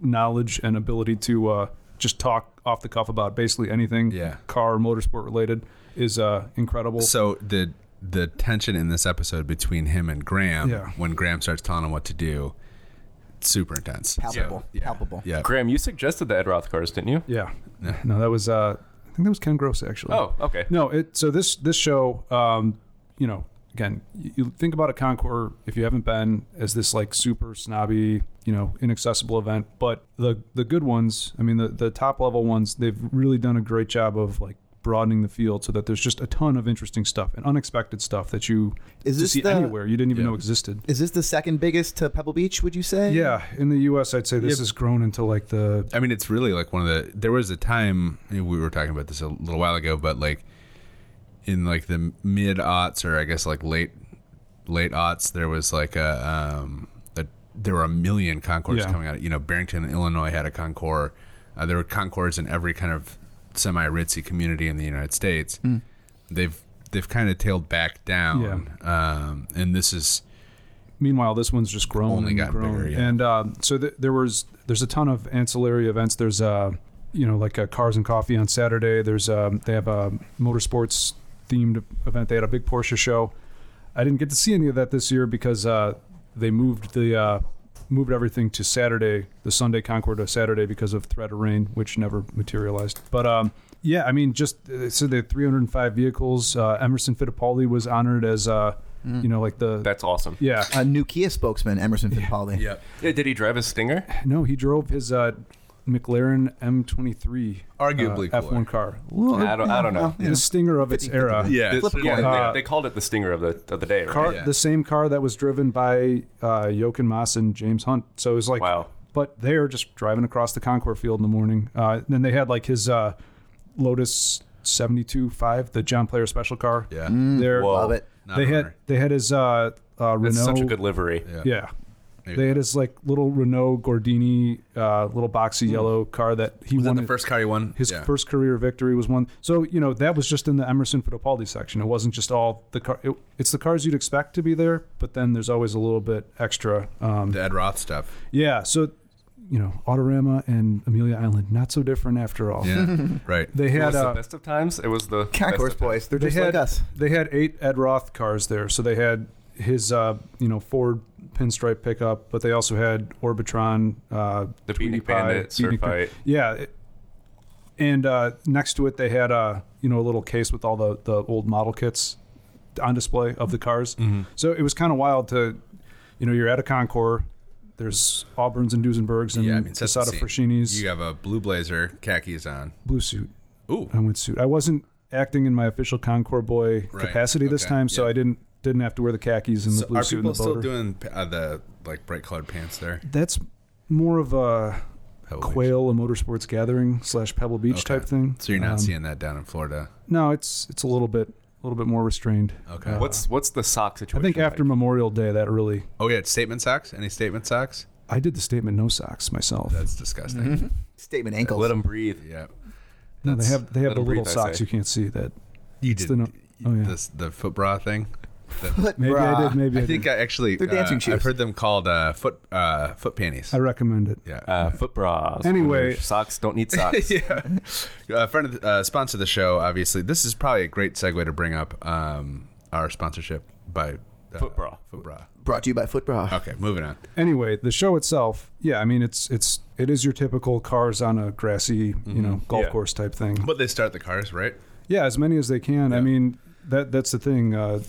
Speaker 5: knowledge and ability to uh, just talk off the cuff about basically anything
Speaker 1: Yeah.
Speaker 5: car or motorsport related is uh, incredible.
Speaker 1: So the the tension in this episode between him and Graham,
Speaker 5: Yeah.
Speaker 1: when Graham starts telling him what to do, it's super intense.
Speaker 6: palpable,
Speaker 1: Yeah.
Speaker 6: palpable.
Speaker 1: Yeah.
Speaker 3: Graham, you suggested the Ed Roth cars, didn't you?
Speaker 5: yeah. No, that was uh, I think that was Ken Gross actually.
Speaker 3: Oh, okay.
Speaker 5: No, it so this this show, um, you know, again, you, you think about a Concours if you haven't been as this like super snobby, you know, inaccessible event. But the the good ones, I mean, the the top level ones, they've really done a great job of like broadening the field so that there's just a ton of interesting stuff and unexpected stuff that you
Speaker 6: Is
Speaker 5: to
Speaker 6: this
Speaker 5: see
Speaker 6: the-
Speaker 5: anywhere you didn't even know existed.
Speaker 6: Is this the second biggest to Pebble Beach? Would you say?
Speaker 5: Yeah, in the U.S., I'd say this has grown into like the
Speaker 1: I mean, it's really like one of the. There was a time we were talking about this a little while ago, but like in like the mid aughts or I guess like late late aughts, there was like a um that there were a million concours
Speaker 5: Yeah.
Speaker 1: coming out. You know, Barrington, Illinois had a concours. Uh, there were concours in every kind of semi ritzy community in the United States.
Speaker 5: Hmm.
Speaker 1: They've they've kind of tailed back down, um, and this is
Speaker 5: meanwhile this one's just grown
Speaker 1: Only
Speaker 5: and
Speaker 1: gotten
Speaker 5: grown.
Speaker 1: bigger, yeah.
Speaker 5: and um, so th- there was there's a ton of ancillary events there's uh you know like a cars and coffee on saturday there's um they have a motorsports themed event they had a big porsche show i didn't get to see any of that this year because uh they moved the uh moved everything to Saturday, the Sunday Concord to Saturday because of threat of rain, which never materialized. But um, yeah, I mean, just uh, so the 305 vehicles. Uh, Emerson Fittipaldi was honored as uh,
Speaker 1: Mm.
Speaker 5: you know like the
Speaker 3: That's awesome.
Speaker 5: yeah
Speaker 6: A new Kia spokesman, Emerson Fittipaldi.
Speaker 1: Yep.
Speaker 3: Yeah, did he drive a Stinger?
Speaker 5: no he drove his uh, McLaren M23 uh,
Speaker 1: Arguably cooler.
Speaker 5: F1 car,
Speaker 3: I don't. I don't know.
Speaker 5: the stinger of its era.
Speaker 1: Yeah.
Speaker 3: This-
Speaker 1: it's-
Speaker 3: yeah,
Speaker 1: yeah.
Speaker 3: they- they, called it the Stinger of the of the day. Right?
Speaker 5: Uh, car,
Speaker 1: Yeah.
Speaker 5: the same car that was driven by uh, Jochen Mass and James Hunt. So it was like,
Speaker 3: Wow.
Speaker 5: But they are just driving across the Concord field in the morning. Uh, then they had like his uh, Lotus seventy two five, the John Player special car.
Speaker 1: Yeah.
Speaker 5: They're-
Speaker 3: Whoa.
Speaker 6: Love it.
Speaker 5: they
Speaker 1: a
Speaker 5: had
Speaker 1: runner.
Speaker 5: they had his uh, uh, Renault.
Speaker 3: That's such a good livery.
Speaker 5: yeah.
Speaker 1: Uh, Maybe
Speaker 5: They had his like little Renault Gordini, uh, little boxy yellow car that he
Speaker 1: Hmm. Was that
Speaker 5: won
Speaker 1: the first car you won?
Speaker 5: his
Speaker 1: yeah.
Speaker 5: first career victory was one. So you know that was just in the Emerson Fittipaldi section. It wasn't just all the car. It, it's the cars you'd expect to be there, but then there's always a little bit extra. Um,
Speaker 1: The Ed Roth stuff.
Speaker 5: yeah. So you know, Autorama and Amelia Island not so different after all.
Speaker 1: Yeah. right.
Speaker 5: They
Speaker 3: It
Speaker 5: had
Speaker 3: was the
Speaker 5: uh,
Speaker 3: best of times. It was the
Speaker 6: Concourse
Speaker 3: best of times.
Speaker 6: boys. They're
Speaker 5: they
Speaker 6: just
Speaker 5: had
Speaker 6: like us.
Speaker 5: they had eight Ed Roth cars there. So they had his uh, you know Ford pinstripe pickup, but they also had Orbitron, uh,
Speaker 3: The
Speaker 5: Tweety
Speaker 3: Beatnik
Speaker 5: Pie,
Speaker 3: Bandit,
Speaker 5: Beatnik Pan-
Speaker 3: Surfite.
Speaker 5: Yeah, it- and uh, next to it they had uh, you know a little case with all the the old model kits on display of the cars.
Speaker 3: Mm-hmm.
Speaker 5: So it was kind of wild to, you know, you're at a Concours. There's Auburns and Duesenbergs and
Speaker 1: Yeah, I mean, sets the
Speaker 5: Casada
Speaker 1: scene.
Speaker 5: Mm, Frascini's
Speaker 1: You have a blue blazer, khakis on.
Speaker 5: blue suit.
Speaker 1: Ooh.
Speaker 5: I went suit. I wasn't acting in my official Concord boy
Speaker 1: Right.
Speaker 5: capacity this
Speaker 1: Okay.
Speaker 5: time, so
Speaker 1: Yeah.
Speaker 5: I didn't didn't have to wear the khakis and the
Speaker 1: So
Speaker 5: blue
Speaker 1: are
Speaker 5: suit and the
Speaker 1: people still
Speaker 5: boater.
Speaker 1: doing uh, the like bright colored pants there?
Speaker 5: That's more of a
Speaker 1: Pebble Beach?
Speaker 5: quail, a motorsports gathering slash Pebble Beach
Speaker 1: Okay.
Speaker 5: type thing.
Speaker 1: So you're not
Speaker 5: Um,
Speaker 1: seeing that down in Florida.
Speaker 5: No, it's it's a little bit a little bit more restrained.
Speaker 1: Okay.
Speaker 3: What's what's the sock
Speaker 5: I
Speaker 3: situation?
Speaker 5: think after
Speaker 3: like?
Speaker 5: Memorial Day, that really
Speaker 1: Oh yeah, it's statement socks. Any statement socks?
Speaker 5: I did the statement no socks myself.
Speaker 1: That's disgusting.
Speaker 5: Mm-hmm.
Speaker 6: Statement ankles.
Speaker 3: let him breathe.
Speaker 1: Yeah.
Speaker 5: no, they
Speaker 1: that's-
Speaker 5: have they have the
Speaker 3: let them breathe,
Speaker 5: little
Speaker 3: I
Speaker 5: socks
Speaker 3: say.
Speaker 5: you can't see. That
Speaker 1: You
Speaker 5: It's
Speaker 1: did
Speaker 5: the no- oh, yeah.
Speaker 1: this, the foot bra thing.
Speaker 6: Foot
Speaker 5: maybe I
Speaker 6: bra.
Speaker 5: did, maybe I,
Speaker 1: I think
Speaker 5: didn't.
Speaker 1: I actually
Speaker 6: They're
Speaker 1: uh,
Speaker 6: dancing shoes.
Speaker 1: I've heard them called uh, foot uh, foot panties.
Speaker 5: I recommend it.
Speaker 1: yeah.
Speaker 3: Uh, foot bras.
Speaker 5: Anyway.
Speaker 3: socks don't need socks.
Speaker 1: yeah. A friend of the, uh, sponsor of the show, obviously. This is probably a great segue to bring up um, our sponsorship by uh,
Speaker 3: Foot bra.
Speaker 1: Foot bra.
Speaker 6: Brought to you by Foot Bra.
Speaker 1: Okay, moving on.
Speaker 5: anyway, the show itself, yeah, I mean it's it's it is your typical cars on a grassy, you know, golf
Speaker 3: Yeah.
Speaker 5: course type thing.
Speaker 1: Mm-hmm. But they start the cars, right?
Speaker 5: Yeah, as many as they can. I
Speaker 1: Yeah.
Speaker 5: mean, that that's the thing. Uh,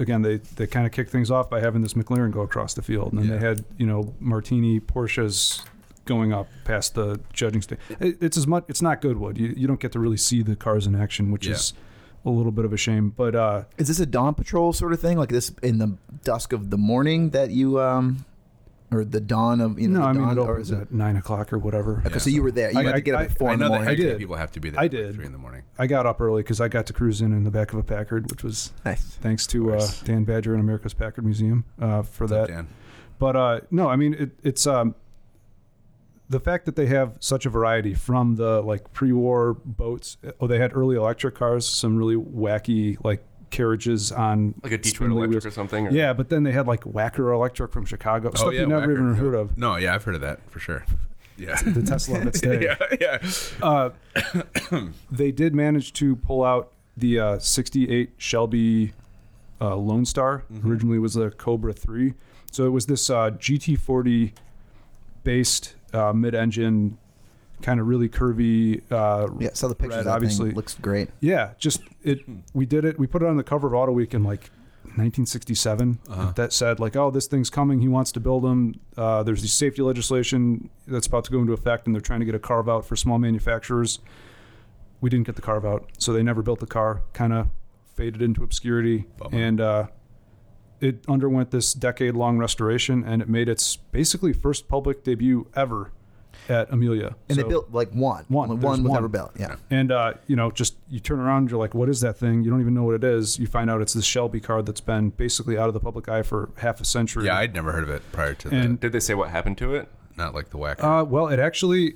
Speaker 5: again, they they kind of kick things off by having this McLaren go across the field, and then they
Speaker 1: Yeah.
Speaker 5: had you know Martini Porsches going up past the judging stage. It, it's as much. It's not Goodwood. You you don't get to really see the cars in action, which
Speaker 1: Yeah.
Speaker 5: is a little bit of a shame. But uh,
Speaker 6: Is this a dawn patrol sort of thing? Like this in the dusk of the morning that you um, or the dawn of you know?
Speaker 5: no,
Speaker 6: the
Speaker 5: I mean
Speaker 6: dawn,
Speaker 5: it
Speaker 6: or
Speaker 5: opens
Speaker 6: is it?
Speaker 5: at nine o'clock or whatever.
Speaker 6: Okay, so you were there. You
Speaker 5: I-
Speaker 6: had
Speaker 5: I-
Speaker 6: to get up
Speaker 5: I-
Speaker 6: at four
Speaker 1: I
Speaker 6: in the
Speaker 1: know that
Speaker 6: morning.
Speaker 5: I
Speaker 1: I
Speaker 5: did.
Speaker 1: people have to be there.
Speaker 5: I
Speaker 1: at
Speaker 5: did.
Speaker 1: three in the morning.
Speaker 5: I got up early because I got to cruise in in the back of a Packard, which was
Speaker 6: Nice.
Speaker 5: thanks to uh,
Speaker 1: course.
Speaker 5: Dan Badger and America's Packard Museum uh, for
Speaker 1: What's up,
Speaker 5: that.
Speaker 1: Dan?
Speaker 5: But uh, no, I mean it, it's um, the fact that they have such a variety from the like pre-war boats. Oh, they had early electric cars, some really wacky like carriages on
Speaker 3: Like a Detroit
Speaker 5: spindly
Speaker 3: Electric
Speaker 5: wheels.
Speaker 3: or something. or-
Speaker 5: Yeah, but then they had like Wacker Electric from Chicago, stuff you never
Speaker 1: Oh, Wacker.
Speaker 5: even heard of.
Speaker 1: No, yeah, I've heard of that for sure. Yeah.
Speaker 5: The Tesla of its day.
Speaker 1: yeah, yeah.
Speaker 5: Uh, they did manage to pull out the uh, 68 Shelby uh, Lone Star. Originally was the Cobra 3. So it was this uh, GT40 based uh, mid engine, kind of really curvy. Uh,
Speaker 6: Yeah, saw the pictures.
Speaker 5: red,
Speaker 6: of that
Speaker 5: obviously.
Speaker 6: thing. looks great.
Speaker 5: yeah, just it. We did it. We put it on the cover of Auto Week in like 1967.
Speaker 6: Uh-huh.
Speaker 5: That said, like, oh, this thing's coming. He wants to build them. Uh, there's this safety legislation that's about to go into effect, and they're trying to get a carve out for small manufacturers. We didn't get the carve out, so they never built the car. Kind of faded into obscurity,
Speaker 1: Bummer.
Speaker 5: and uh, it underwent this decade long restoration, and it made its basically first public debut ever at Amelia.
Speaker 6: And
Speaker 5: So-
Speaker 6: they built like one.
Speaker 5: One,
Speaker 6: Only
Speaker 5: there's
Speaker 6: one was
Speaker 5: one.
Speaker 6: ever built. Yeah.
Speaker 5: and uh, you know, just you turn around, you're like, "What is that thing?" You don't even know what it is. You find out it's this Shelby card that's been basically out of the public eye for half a century.
Speaker 1: Yeah, I'd never heard of it prior to
Speaker 5: And-
Speaker 1: that.
Speaker 3: Did they say what happened to it?
Speaker 1: Not like the whack.
Speaker 5: uh, well, it actually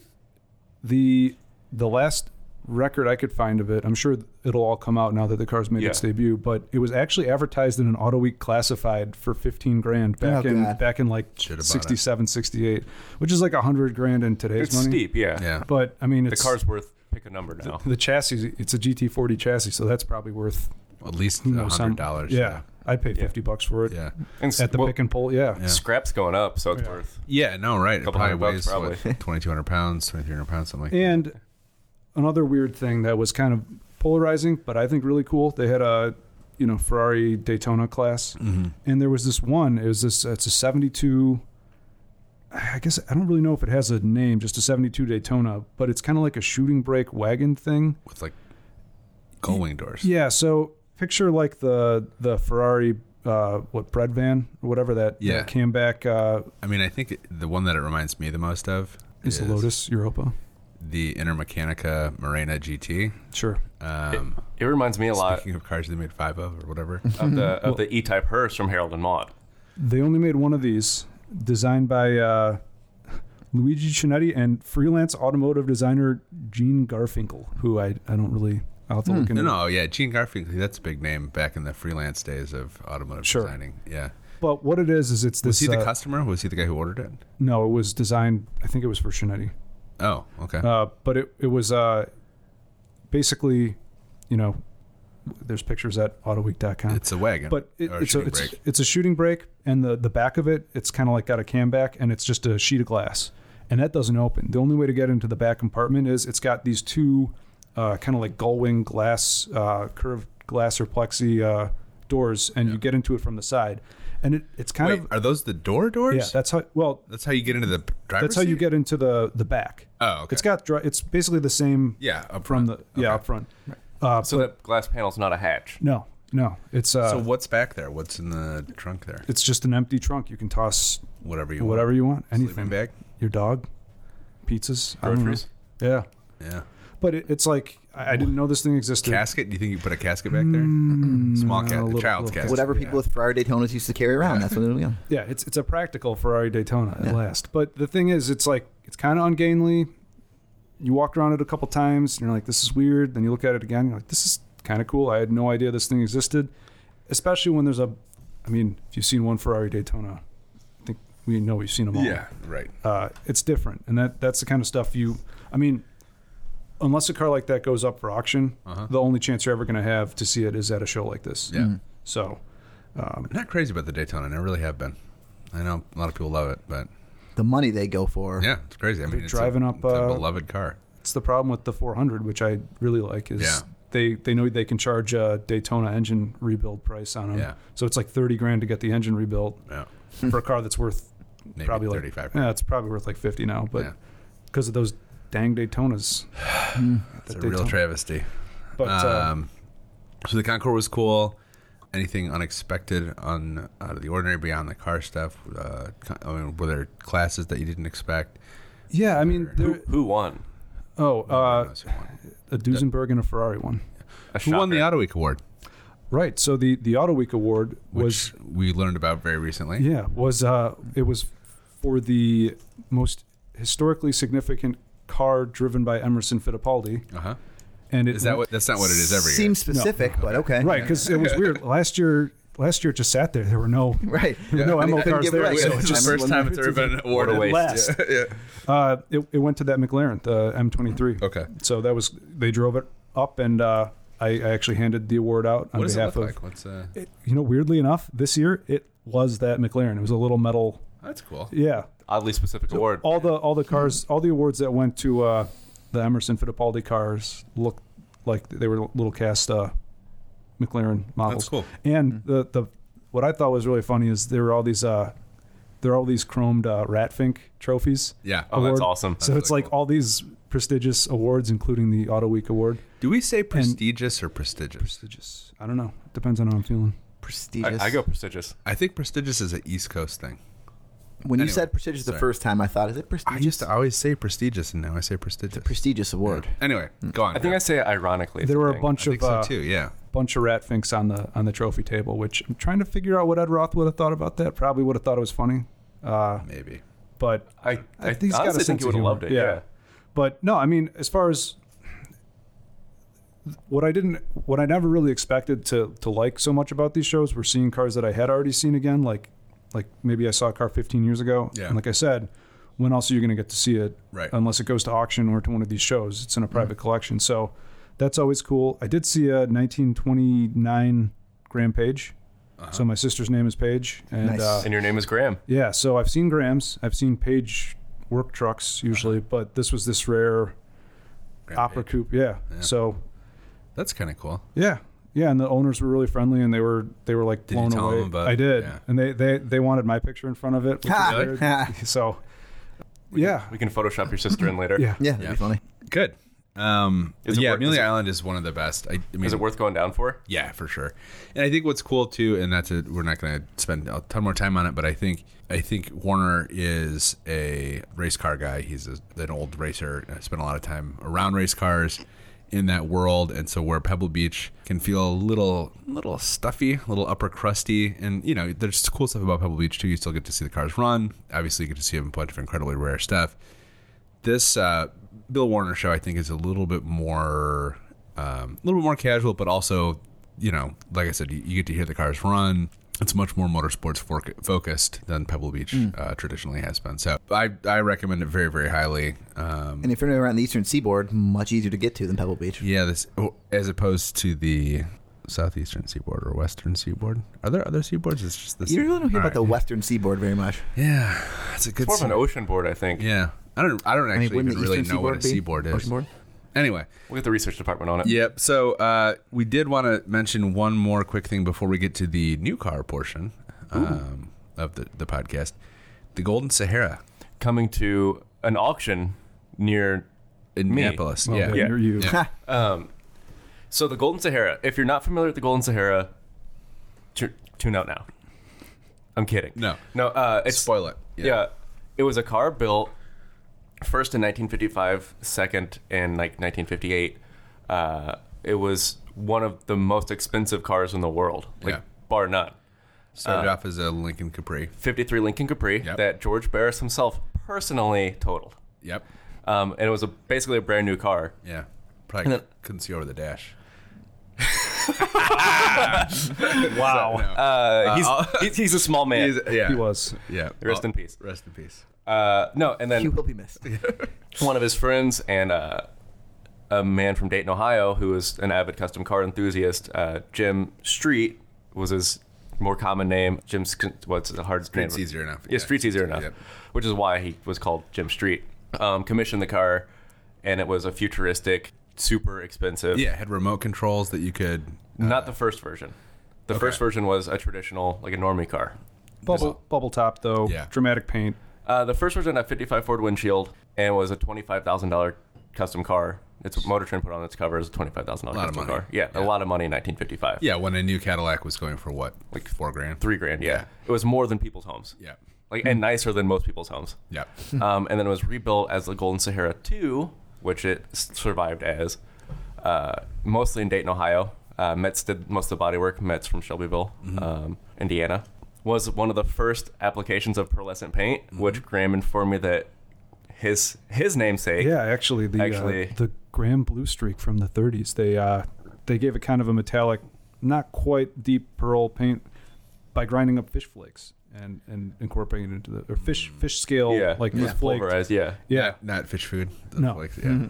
Speaker 5: the the last record I could find of it. I'm sure it'll all come out now that the car's made
Speaker 3: Yeah.
Speaker 5: its debut. But it was actually advertised in an Auto Week classified for 15 grand back
Speaker 6: Oh,
Speaker 5: in
Speaker 6: God.
Speaker 5: back in like
Speaker 1: Shoulda bought it.
Speaker 5: 67, 68, which is like 100 grand in today's
Speaker 3: It's
Speaker 5: money.
Speaker 3: steep. Yeah.
Speaker 1: yeah.
Speaker 5: But I mean,
Speaker 3: The
Speaker 5: it's
Speaker 3: car's worth pick a number now.
Speaker 5: the chassis. It's a GT40 chassis, so that's probably worth
Speaker 1: At least
Speaker 5: you know, some-
Speaker 1: $100.
Speaker 5: Yeah. I'd pay fifty bucks for it.
Speaker 1: Yeah.
Speaker 3: And
Speaker 5: At the
Speaker 3: well,
Speaker 5: pick and pull, yeah.
Speaker 1: Yeah.
Speaker 3: scrap's going up, so it's worth.
Speaker 1: Yeah, no, right. It
Speaker 3: Couple
Speaker 1: probably
Speaker 3: hundred bucks,
Speaker 1: weighs
Speaker 3: probably.
Speaker 1: twenty two hundred pounds, twenty three hundred pounds, something like that.
Speaker 5: And another weird thing that was kind of polarizing, but I think really cool. They had a you know Ferrari Daytona class, and there was this one. It was this. It's a seventy-two. I guess I don't really know if it has a name. Just a seventy-two Daytona, but it's kind of like a shooting brake wagon thing.
Speaker 1: with like gullwing doors.
Speaker 5: Yeah. So picture like the the Ferrari. Uh, what bread van or whatever that,
Speaker 1: Yeah.
Speaker 5: that came back uh,
Speaker 1: I mean, I think it- the one that it reminds me the most of
Speaker 5: is the Lotus Europa.
Speaker 1: the Intermechanica Morena GT.
Speaker 5: Sure.
Speaker 1: Um,
Speaker 3: It reminds me a lot
Speaker 1: speaking of cars they made five of or whatever.
Speaker 3: of the of the E-type hearse from Harold and Maude.
Speaker 5: They only made one of these, designed by uh, Luigi Chinetti and freelance automotive designer Gene Garfinkel, who I, I don't really. I'll have to look into.
Speaker 1: Hmm. no, no, yeah, Gene Garfinkel. That's a big name back in the freelance days of automotive
Speaker 5: Sure.
Speaker 1: designing. Yeah,
Speaker 5: But what it is is it's this.
Speaker 1: was he the
Speaker 5: uh,
Speaker 1: customer? Was he the guy who ordered it?
Speaker 5: no, it was designed. I think it was for Chinetti.
Speaker 1: Oh, okay.
Speaker 5: Uh, but it it was uh, basically, you know, there's pictures at autoweek.com.
Speaker 1: it's a wagon,
Speaker 5: but it,
Speaker 1: or
Speaker 5: it's a
Speaker 1: shooting
Speaker 5: it's,
Speaker 1: brake.
Speaker 5: it's a shooting brake, and the the back of it, it's kind of like got a cam back, and it's just a sheet of glass, and that doesn't open. The only way to get into the back compartment is it's got these two, uh, kind of like gullwing glass, uh, curved glass or plexi uh, doors, and you get into it from the side, and it, it's kind
Speaker 1: Wait,
Speaker 5: of
Speaker 1: are those the door doors?
Speaker 5: yeah, that's how well.
Speaker 1: that's how you get into the driver's
Speaker 5: That's how you
Speaker 1: seat?
Speaker 5: get into the the back.
Speaker 1: Oh, okay.
Speaker 5: It's got dri- it's basically the same
Speaker 1: yeah up
Speaker 5: from the
Speaker 1: front.
Speaker 5: yeah
Speaker 1: Okay.
Speaker 5: up front. Uh,
Speaker 3: So that glass panel's not a hatch.
Speaker 5: no, no, it's uh,
Speaker 1: So what's back there? What's in the trunk there?
Speaker 5: it's just an empty trunk. You can toss
Speaker 1: Whatever you
Speaker 5: whatever
Speaker 1: want.
Speaker 5: you want, anything.
Speaker 1: Sleeping bag.
Speaker 5: your dog, pizzas, I don't know.
Speaker 3: Groceries.
Speaker 5: Yeah,
Speaker 1: Yeah.
Speaker 5: but it, it's like I, I didn't know this thing existed.
Speaker 1: Casket? Do you think you put a casket back there? Small
Speaker 5: no,
Speaker 1: cat,
Speaker 5: Mm, a little-
Speaker 1: child's
Speaker 5: little
Speaker 1: casket.
Speaker 6: Whatever people with Ferrari Daytonas used to carry around, that's what it'll be on.
Speaker 5: Yeah, it's it's a practical Ferrari Daytona at last. But the thing is, it's like it's kind of ungainly. You walk around it a couple times, and you're like, "This is weird." Then you look at it again, you're like, "This is kind of cool." I had no idea this thing existed, especially when there's a. I mean, if you've seen one Ferrari Daytona, I think we know we've seen them all.
Speaker 1: Yeah, right.
Speaker 5: uh, it's different, and that that's the kind of stuff you. I mean, unless a car like that goes up for auction, the only chance you're ever going to have to see it is at a show like this.
Speaker 1: Uh-huh. Yeah.
Speaker 5: So
Speaker 1: I'm not crazy about the Daytona, and I really have been. I know a lot of people love it, but
Speaker 6: The money they go for.
Speaker 1: yeah, it's crazy. I mean, it's
Speaker 5: driving
Speaker 1: a,
Speaker 5: up,
Speaker 1: it's a
Speaker 5: uh,
Speaker 1: beloved car.
Speaker 5: it's the problem with the 400, which I really like, is
Speaker 1: Yeah.
Speaker 5: they they know they can charge a Daytona engine rebuild price on them.
Speaker 1: Yeah.
Speaker 5: So it's like 30 grand to get the engine rebuilt
Speaker 1: Yeah,
Speaker 5: for a car that's worth
Speaker 1: maybe
Speaker 5: probably like
Speaker 1: 35.
Speaker 5: yeah, it's probably worth like 50 now,
Speaker 1: Yeah.
Speaker 5: but because of those dang Daytonas,
Speaker 1: it's a
Speaker 5: Daytona.
Speaker 1: real travesty.
Speaker 5: but. uh,
Speaker 1: Um, so the Concorde was cool. Anything unexpected, on out of the ordinary, beyond the car stuff? Uh, con- I mean, were there classes that you didn't expect?
Speaker 5: yeah, I mean, there,
Speaker 3: Who won?
Speaker 5: oh, uh,
Speaker 1: Who won?
Speaker 5: a Duesenberg and a Ferrari one.
Speaker 3: A
Speaker 1: Who won the
Speaker 3: shocker.
Speaker 1: Auto Week award?
Speaker 5: Right. So the the Auto Week award was
Speaker 1: Which we learned about very recently.
Speaker 5: yeah was uh it was for the most historically significant car driven by Emerson Fittipaldi,
Speaker 1: Uh huh.
Speaker 5: and it
Speaker 1: Is that what? That's not what it is every year.
Speaker 6: Seems specific, but okay.
Speaker 5: right because it was weird last year. Last year it just sat there. There were no
Speaker 6: Right.
Speaker 5: no
Speaker 6: They
Speaker 5: ML
Speaker 6: couldn't
Speaker 5: cars
Speaker 6: give
Speaker 5: there.
Speaker 6: it
Speaker 5: So
Speaker 6: away.
Speaker 5: it,
Speaker 1: It's
Speaker 5: just,
Speaker 1: the first time it's ever been an award.
Speaker 3: What a waste.
Speaker 2: Last.
Speaker 1: Yeah.
Speaker 5: uh, it, it went to that McLaren, the M23.
Speaker 1: Okay.
Speaker 5: So that was they drove it up, and uh, I, I actually handed the award out on
Speaker 1: What does it
Speaker 5: behalf
Speaker 1: look
Speaker 5: of.
Speaker 1: like? What's uh?
Speaker 5: It, you know, weirdly enough, this year it was that McLaren. It was a little metal.
Speaker 1: That's cool.
Speaker 5: Yeah,
Speaker 3: Oddly specific award.
Speaker 5: all the all the cars, all the awards that went to uh, the Emerson Fittipaldi cars looked like they were little cast uh, McLaren models.
Speaker 1: That's cool.
Speaker 5: And
Speaker 3: Mm-hmm.
Speaker 5: the the what I thought was really funny is there were all these uh, there are all these chromed uh, Ratfink trophies.
Speaker 1: Yeah.
Speaker 3: Oh, that's
Speaker 5: award.
Speaker 3: awesome.
Speaker 5: So it's
Speaker 1: really
Speaker 5: like all these prestigious awards, including the Auto Week award.
Speaker 1: Do we say prestigious or prestigious?
Speaker 5: Prestigious. I don't know. Depends on how I'm feeling.
Speaker 6: Prestigious.
Speaker 3: I, I go prestigious.
Speaker 1: I think prestigious is an East Coast thing.
Speaker 6: When you
Speaker 1: Anyway,
Speaker 6: said prestigious the
Speaker 1: sorry.
Speaker 6: first time, I thought, is it
Speaker 1: I used
Speaker 6: prestigious?
Speaker 1: to always say prestigious, and now I say prestigious.
Speaker 6: prestigious award.
Speaker 1: anyway, go on.
Speaker 3: I think I say it ironically.
Speaker 5: There were a
Speaker 3: thing.
Speaker 5: bunch
Speaker 1: I think
Speaker 5: of
Speaker 1: so
Speaker 5: uh,
Speaker 1: too. Yeah.
Speaker 5: bunch of ratfinks on the on the trophy table, which I'm trying to figure out what Ed Roth would have thought about that. Probably would have thought it was funny. Uh,
Speaker 1: Maybe.
Speaker 5: but
Speaker 3: I, I,
Speaker 5: I think he's got a
Speaker 3: honestly think
Speaker 5: sense
Speaker 3: you
Speaker 5: of
Speaker 3: would have
Speaker 5: humor.
Speaker 3: loved it.
Speaker 5: Yeah.
Speaker 3: Yeah.
Speaker 5: But no, I mean, as far as what I didn't, what I never really expected to to like so much about these shows were seeing cars that I had already seen again. Like, like maybe I saw a car 15 years ago.
Speaker 1: Yeah.
Speaker 5: And like I said, when else are you going to get to see it?
Speaker 1: Right.
Speaker 5: Unless it goes to auction or to one of these shows. It's in a private collection, so that's always cool. I did see a 1929 Grand Page So my sister's name is Paige, and
Speaker 6: Nice.
Speaker 5: uh,
Speaker 3: And your name is Graham.
Speaker 5: yeah, so I've seen Grams, I've seen Page work trucks usually, but this was this rare
Speaker 1: Uh-huh. Grand
Speaker 5: opera
Speaker 1: Page.
Speaker 5: coupe. Yeah. So
Speaker 1: That's kind of cool.
Speaker 5: yeah, yeah, and the owners were really friendly, and they were they were like
Speaker 1: Did you
Speaker 5: blown
Speaker 1: tell
Speaker 5: away.
Speaker 1: them about-
Speaker 5: I did,
Speaker 1: yeah.
Speaker 5: and they they they wanted my picture in front of it. which was
Speaker 6: Ha!
Speaker 5: weird.
Speaker 6: Ha.
Speaker 5: so yeah,
Speaker 3: We can Photoshop your sister in later.
Speaker 5: yeah,
Speaker 6: Yeah, that'd
Speaker 1: Yeah.
Speaker 6: be funny.
Speaker 1: Good. Um,
Speaker 3: Is it
Speaker 1: yeah,
Speaker 3: worth-
Speaker 1: Amelia
Speaker 3: is it-
Speaker 1: Island is one of the best. I, I mean,
Speaker 3: Is it worth going down for?
Speaker 1: Yeah, for sure. And I think what's cool too, and that's a, we're not going to spend a ton more time on it, but I think I think Warner is a race car guy. He's a, an old racer. I spent a lot of time around race cars in that world, and so where Pebble Beach can feel a little little stuffy, a little upper crusty, and you know, there's cool stuff about Pebble Beach too. You still get to see the cars run. Obviously, you get to see a bunch of incredibly rare stuff this uh, Bill Warner show, I think, is a little bit more, um, a little bit more casual, but also, you know, like I said, you, you get to hear the cars run. It's much more motorsports forc focused than Pebble Beach
Speaker 6: Mm.
Speaker 1: uh, traditionally has been. So I, I recommend it very, very highly. Um,
Speaker 6: And if you're around the Eastern Seaboard, much easier to get to than Pebble Beach.
Speaker 1: yeah, this oh, as opposed to the southeastern seaboard or western seaboard. Are there other seaboards? It's just this.
Speaker 6: You really don't hear about the Western Seaboard very much.
Speaker 1: the. Yeah, that's a good.
Speaker 3: More of an
Speaker 1: se-
Speaker 3: ocean board, I think.
Speaker 1: yeah, I don't. I don't
Speaker 6: I mean,
Speaker 1: actually
Speaker 6: wouldn't
Speaker 1: even
Speaker 6: the
Speaker 1: really
Speaker 6: Eastern
Speaker 1: know what a seaboard
Speaker 6: Seaboard be?
Speaker 1: is.
Speaker 6: Ocean board?
Speaker 1: Anyway,
Speaker 3: We'll get the research department on it.
Speaker 1: Yep. So uh, we did want to mention one more quick thing before we get to the new car portion um, of the, the podcast the Golden Sahara,
Speaker 3: Coming to an auction near
Speaker 1: in
Speaker 3: Me. Oh,
Speaker 1: Minneapolis.
Speaker 5: Well,
Speaker 1: yeah.
Speaker 5: then
Speaker 3: Yeah.
Speaker 5: you're you.
Speaker 1: Yeah.
Speaker 3: So the Golden Sahara. If you're not familiar with the Golden Sahara, tu- tune out now. I'm kidding.
Speaker 1: No.
Speaker 3: no. Uh, it's
Speaker 1: Spoil it.
Speaker 3: Yeah. it was a car built first in 1955, second in like 1958. Uh, it was one of the most expensive cars in the world, like
Speaker 1: Yeah.
Speaker 3: bar none. uh,
Speaker 1: Started off as a Lincoln Capri.
Speaker 3: 53 Lincoln Capri
Speaker 1: Yep.
Speaker 3: that George Barris himself personally totaled,
Speaker 1: Yep.
Speaker 3: um, and it was a, basically a brand new car.
Speaker 1: Yeah. Probably
Speaker 3: And then-
Speaker 1: couldn't see over the dash.
Speaker 5: Wow.
Speaker 3: Uh, he's, he's he's a small man.
Speaker 1: He's- yeah.
Speaker 5: He was.
Speaker 1: Yeah.
Speaker 3: Rest in peace.
Speaker 1: Rest in peace.
Speaker 3: Uh, no, and then
Speaker 6: You will be missed.
Speaker 3: one of his friends and uh, a man from Dayton, Ohio, who was an avid custom car enthusiast, uh, Jim Street was his more common name. Jim's what's the hardest name?
Speaker 1: Street's easier enough,
Speaker 3: Yeah,
Speaker 1: yeah.
Speaker 3: Street's easier enough,
Speaker 1: Yep.
Speaker 3: which is why he was called Jim Street. Um, commissioned the car, and it was a futuristic, super expensive.
Speaker 1: Yeah. Had remote controls that you could.
Speaker 3: not the first version. The first version was a traditional, like a normie car.
Speaker 5: Bubble bubble top though.
Speaker 1: Yeah.
Speaker 5: Dramatic paint.
Speaker 3: Uh, the first version had a 55 Ford windshield and was a $25,000 custom car. It's Motor Trend put on its cover as a $25,000 custom
Speaker 1: of money.
Speaker 3: car. Yeah, a lot of money in 1955.
Speaker 1: Yeah. When a new Cadillac was going for what? Like four grand?
Speaker 3: Three grand, yeah.
Speaker 1: Yeah.
Speaker 3: It was more than people's homes.
Speaker 1: Yep.
Speaker 3: Like, and nicer than most people's homes.
Speaker 1: Yep.
Speaker 3: um, and then it was rebuilt as the Golden Sahara 2, which it s- survived as, uh, mostly in Dayton, Ohio. Uh, Metz did most of the bodywork. Metz from Shelbyville,
Speaker 1: Mm-hmm.
Speaker 3: um, Indiana, was one of the first applications of pearlescent paint,
Speaker 1: Mm-hmm.
Speaker 3: which Graham informed me that his his namesake.
Speaker 5: Yeah, actually, the
Speaker 3: Actually-
Speaker 5: uh, the Graham Blue Streak from the 30s. They uh, they gave it kind of a metallic, not quite deep pearl paint by grinding up fish flakes and and incorporating it into the or fish fish scale
Speaker 3: Mm. Yeah,
Speaker 5: like
Speaker 3: yeah.
Speaker 5: with flaked.
Speaker 3: pulverized, yeah.
Speaker 5: Yeah,
Speaker 1: Not fish food.
Speaker 5: No.
Speaker 1: Like, yeah.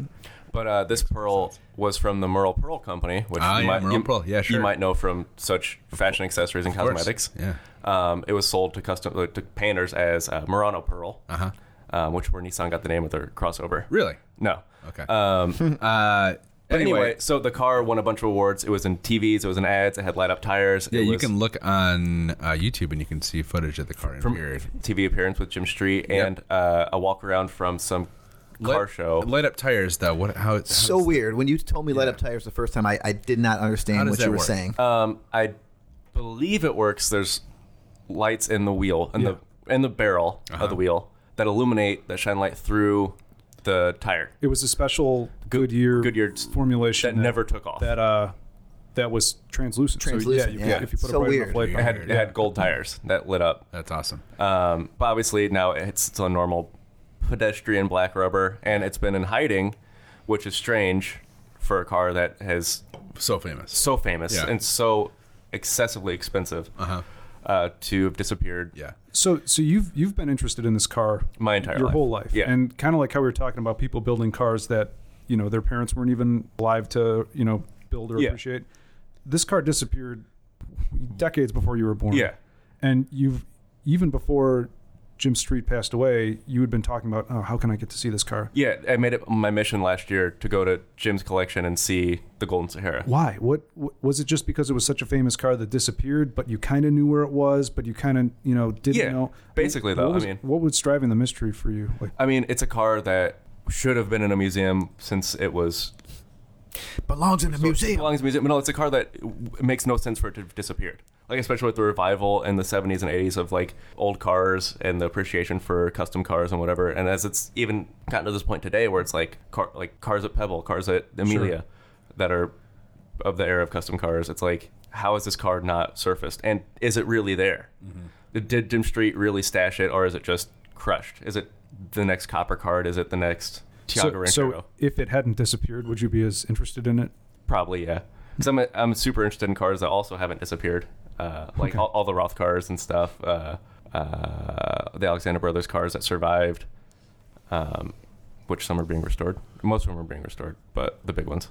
Speaker 3: But uh, this pearl was from the Merle Pearl Company, which
Speaker 1: Ah,
Speaker 3: you
Speaker 1: yeah,
Speaker 3: might,
Speaker 1: Merle
Speaker 3: you,
Speaker 1: Pearl. Yeah, sure.
Speaker 3: you might know from such fashion accessories and
Speaker 1: Of course.
Speaker 3: cosmetics.
Speaker 1: Yeah.
Speaker 3: Um, it was sold to custom uh, to painters as uh, Murano Pearl,
Speaker 1: Uh-huh.
Speaker 3: um, which where Nissan got the name of their crossover.
Speaker 1: Really?
Speaker 3: No.
Speaker 1: Okay.
Speaker 3: Um,
Speaker 1: Uh,
Speaker 3: but anyway, so the car won a bunch of awards. It was in TVs, it was in ads, it had light up tires.
Speaker 1: Yeah,
Speaker 3: it
Speaker 1: you
Speaker 3: was
Speaker 1: can look on uh, YouTube and you can see footage of the car
Speaker 3: from
Speaker 1: interior.
Speaker 3: TV appearance with Jim Street and uh, a walk around from some car
Speaker 1: Light-
Speaker 3: show.
Speaker 1: Light up tires though. What? How it's
Speaker 6: so weird. When you told me light up tires the first time, I, I did not
Speaker 1: How
Speaker 6: understand
Speaker 1: does
Speaker 6: what
Speaker 1: that
Speaker 6: you were
Speaker 1: work?
Speaker 6: saying.
Speaker 3: Um, I believe it works. There's lights in the wheel and the in the barrel of
Speaker 1: Uh-huh.
Speaker 3: the wheel that illuminate that shine light through the tire.
Speaker 5: it was a special Goodyear
Speaker 3: Goodyear
Speaker 5: formulation
Speaker 3: that never took off.
Speaker 5: that uh that was translucent.
Speaker 6: Translucent,
Speaker 5: so, yeah, you-
Speaker 6: yeah.
Speaker 5: if you put
Speaker 6: So
Speaker 5: it right
Speaker 6: weird.
Speaker 5: enough light
Speaker 1: It
Speaker 3: It had,
Speaker 5: behind
Speaker 3: it had gold tires that lit up.
Speaker 1: That's awesome.
Speaker 3: Um, but obviously now it's still a normal pedestrian black rubber, and it's been in hiding, which is strange for a car that is
Speaker 1: So famous.
Speaker 3: so famous
Speaker 1: Yeah.
Speaker 3: and so excessively expensive
Speaker 1: Uh-huh.
Speaker 3: uh, to have disappeared.
Speaker 1: Yeah.
Speaker 5: So, so you've you've been interested in this car
Speaker 3: My entire
Speaker 5: your
Speaker 3: life.
Speaker 5: whole life,
Speaker 3: Yeah.
Speaker 5: and kind of like how we were talking about people building cars that you know their parents weren't even alive to you know build or
Speaker 3: Yeah.
Speaker 5: appreciate. This car disappeared decades before you were born.
Speaker 3: Yeah.
Speaker 5: and you've even before Jim Street passed away, you had been talking about, oh, how can I get to see this car?
Speaker 3: Yeah, I made it my mission last year to go to Jim's collection and see the Golden Sahara.
Speaker 5: Why? What wh- was it? Just because it was such a famous car that disappeared, but you kind of knew where it was, but you kind of you know didn't
Speaker 3: Yeah,
Speaker 5: know.
Speaker 3: basically,
Speaker 5: What
Speaker 3: though, I
Speaker 5: was-
Speaker 3: mean-
Speaker 5: what was driving the mystery for you? Like,
Speaker 3: I mean, it's a car that should have been in a museum since it was
Speaker 6: Belongs in the
Speaker 3: It
Speaker 6: museum.
Speaker 3: belongs in a museum. No, it's a car that w- makes no sense for it to have disappeared. Like especially with the revival in the 70s and 80s of like old cars and the appreciation for custom cars and whatever. And as it's even gotten to this point today where it's like car, like cars at Pebble, cars at Amelia that are of the era of custom cars, it's like how is this car not surfaced and is it really there?
Speaker 5: Mm-hmm.
Speaker 3: Did Jim Street really stash it or is it just crushed? Is it the next copper card? Is it the next Tiago
Speaker 5: so,
Speaker 3: Ranchero?
Speaker 5: so if it hadn't disappeared, would you be as interested in it?
Speaker 3: Probably, yeah. Because I'm, I'm super interested in cars that also haven't disappeared, uh, like all, all the Roth cars and stuff, uh, uh, the Alexander Brothers cars that survived, um, which some are being restored. Most of them are being restored, but the big ones.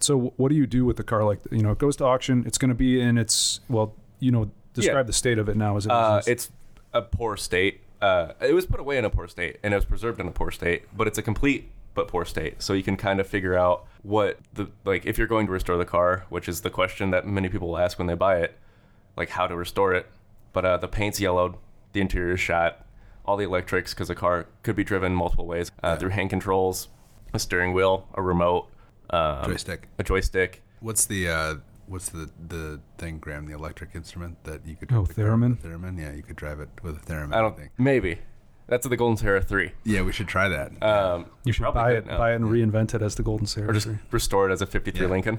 Speaker 5: So wh- what do you do with the car? Like, you know, it goes to auction. It's going to be in its well, you know, describe
Speaker 3: Yeah.
Speaker 5: the state of it now. Is it?
Speaker 3: Uh,
Speaker 5: is-
Speaker 3: it's a poor state. Uh, it was put away in a poor state, and it was preserved in a poor state, but it's a complete but poor state. So you can kind of figure out what the like if you're going to restore the car, which is the question that many people will ask when they buy it, like how to restore it. But uh, the paint's yellowed, the interior is shot, all the electrics because the car could be driven multiple ways uh, through hand controls, a steering wheel, a remote, um,
Speaker 1: Joystick.
Speaker 3: a joystick.
Speaker 1: What's the uh, what's the the thing, Graham? The electric instrument that you could
Speaker 5: Oh,
Speaker 1: the car with
Speaker 5: theremin?
Speaker 1: a theremin. Yeah, you could drive it with a theremin.
Speaker 3: I don't
Speaker 1: think.
Speaker 3: maybe that's the Golden Sahara three.
Speaker 1: Yeah, we should try that.
Speaker 3: Um,
Speaker 5: you should
Speaker 3: probably
Speaker 5: buy
Speaker 3: could
Speaker 5: it,
Speaker 3: now.
Speaker 5: buy it, and reinvent it as the Golden Sarah.
Speaker 3: or just restore it as a 53
Speaker 1: Yeah.
Speaker 3: Lincoln.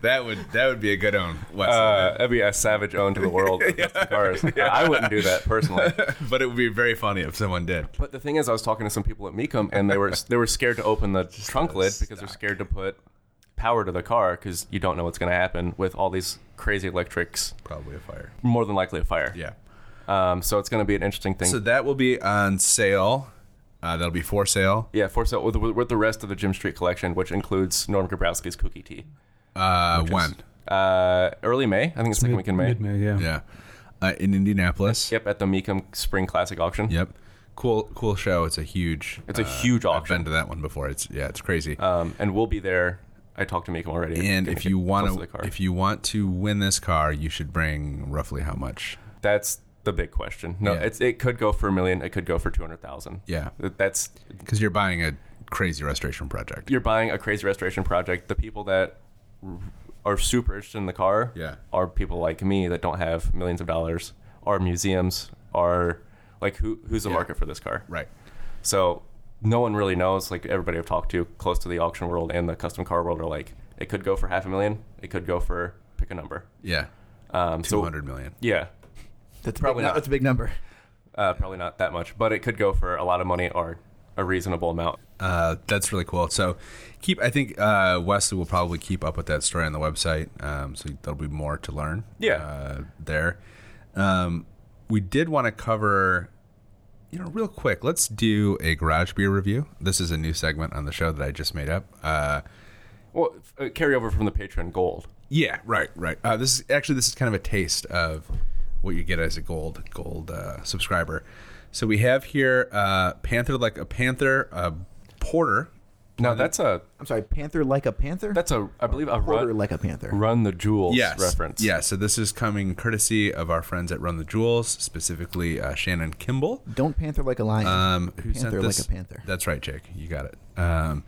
Speaker 1: that would that would be a good own, Wes,
Speaker 3: Uh, that'd be a savage own to the world of custom cars. I wouldn't do that personally.
Speaker 1: but it would be very funny if someone did.
Speaker 3: But the thing is, I was talking to some people at Mecum, and they were they were scared to open the trunk lid because they're scared to put power to the car because you don't know what's going to happen with all these crazy electrics.
Speaker 1: Probably a fire.
Speaker 3: More than likely a fire.
Speaker 1: Yeah.
Speaker 3: Um, so it's going to be an interesting thing.
Speaker 1: So that will be on sale. Uh, that'll be for sale.
Speaker 3: yeah, for sale with, with the rest of the Jim Street collection, which includes Norm Grabowski's Cookie Tea.
Speaker 1: Uh, when?
Speaker 3: Uh, early May, I think it's second week in May.
Speaker 5: Mid May, yeah.
Speaker 1: yeah. Uh, in Indianapolis.
Speaker 3: Yep, at the Mecum Spring Classic Auction.
Speaker 1: Yep. Cool, cool show. It's a huge.
Speaker 3: It's a huge
Speaker 1: I've been
Speaker 3: auction.
Speaker 1: to that one before. It's yeah, it's crazy.
Speaker 3: um, and we'll be there. I talked to Mecum already.
Speaker 1: and
Speaker 3: Gonna
Speaker 1: if
Speaker 3: get
Speaker 1: you
Speaker 3: close to the
Speaker 1: want
Speaker 3: car.
Speaker 1: to, if you want to win this car, you should bring roughly how much?
Speaker 3: that's the big question. No,
Speaker 1: Yeah.
Speaker 3: it's it could go for a million. It could go for two hundred thousand.
Speaker 1: Yeah.
Speaker 3: that's
Speaker 1: Because you're buying a crazy restoration project.
Speaker 3: you're buying a crazy restoration project. The people that r- are super interested in the car,
Speaker 1: Yeah.
Speaker 3: are people like me that don't have millions of dollars, are museums, are like who who's the market for this car?
Speaker 1: Right.
Speaker 3: So no one really knows. Like everybody I've talked to, close to the auction world and the custom car world, are like it could go for half a million. It could go for pick a number.
Speaker 1: Yeah.
Speaker 3: Um,
Speaker 1: Two
Speaker 3: so
Speaker 1: hundred million.
Speaker 3: yeah,
Speaker 6: That's
Speaker 3: Probably
Speaker 6: a big, nu-
Speaker 3: not.
Speaker 6: That's a big number.
Speaker 3: Uh, probably not that much, but it could go for a lot of money or a reasonable amount.
Speaker 1: Uh, that's really cool. So keep. I think uh, Wesley will probably keep up with that story on the website. Um, so there'll be more to learn.
Speaker 3: Yeah.
Speaker 1: Uh, there. Um, we did want to cover. You know, real quick, let's do a garage beer review. This is a new segment on the show that I just made up. Uh,
Speaker 3: Well, f- uh, carry over from the Patreon gold.
Speaker 1: Yeah, right, right. Uh, this is actually this is kind of a taste of what you get as a gold gold uh, subscriber. So we have here uh, Panther like a Panther uh, Porter.
Speaker 3: No, that's a
Speaker 6: I'm sorry, Panther like a Panther?
Speaker 3: that's a I believe a
Speaker 6: Porter
Speaker 3: run,
Speaker 6: like a Panther.
Speaker 3: run the jewels
Speaker 1: Yes,
Speaker 3: reference.
Speaker 1: Yeah, so this is coming courtesy of our friends at Run the Jewels, specifically uh, Shannon Kimball.
Speaker 6: Don't Panther like a lion.
Speaker 1: Um, who sent
Speaker 6: Panther like
Speaker 1: this?
Speaker 6: a panther.
Speaker 1: That's right, Jake. You got it. Um,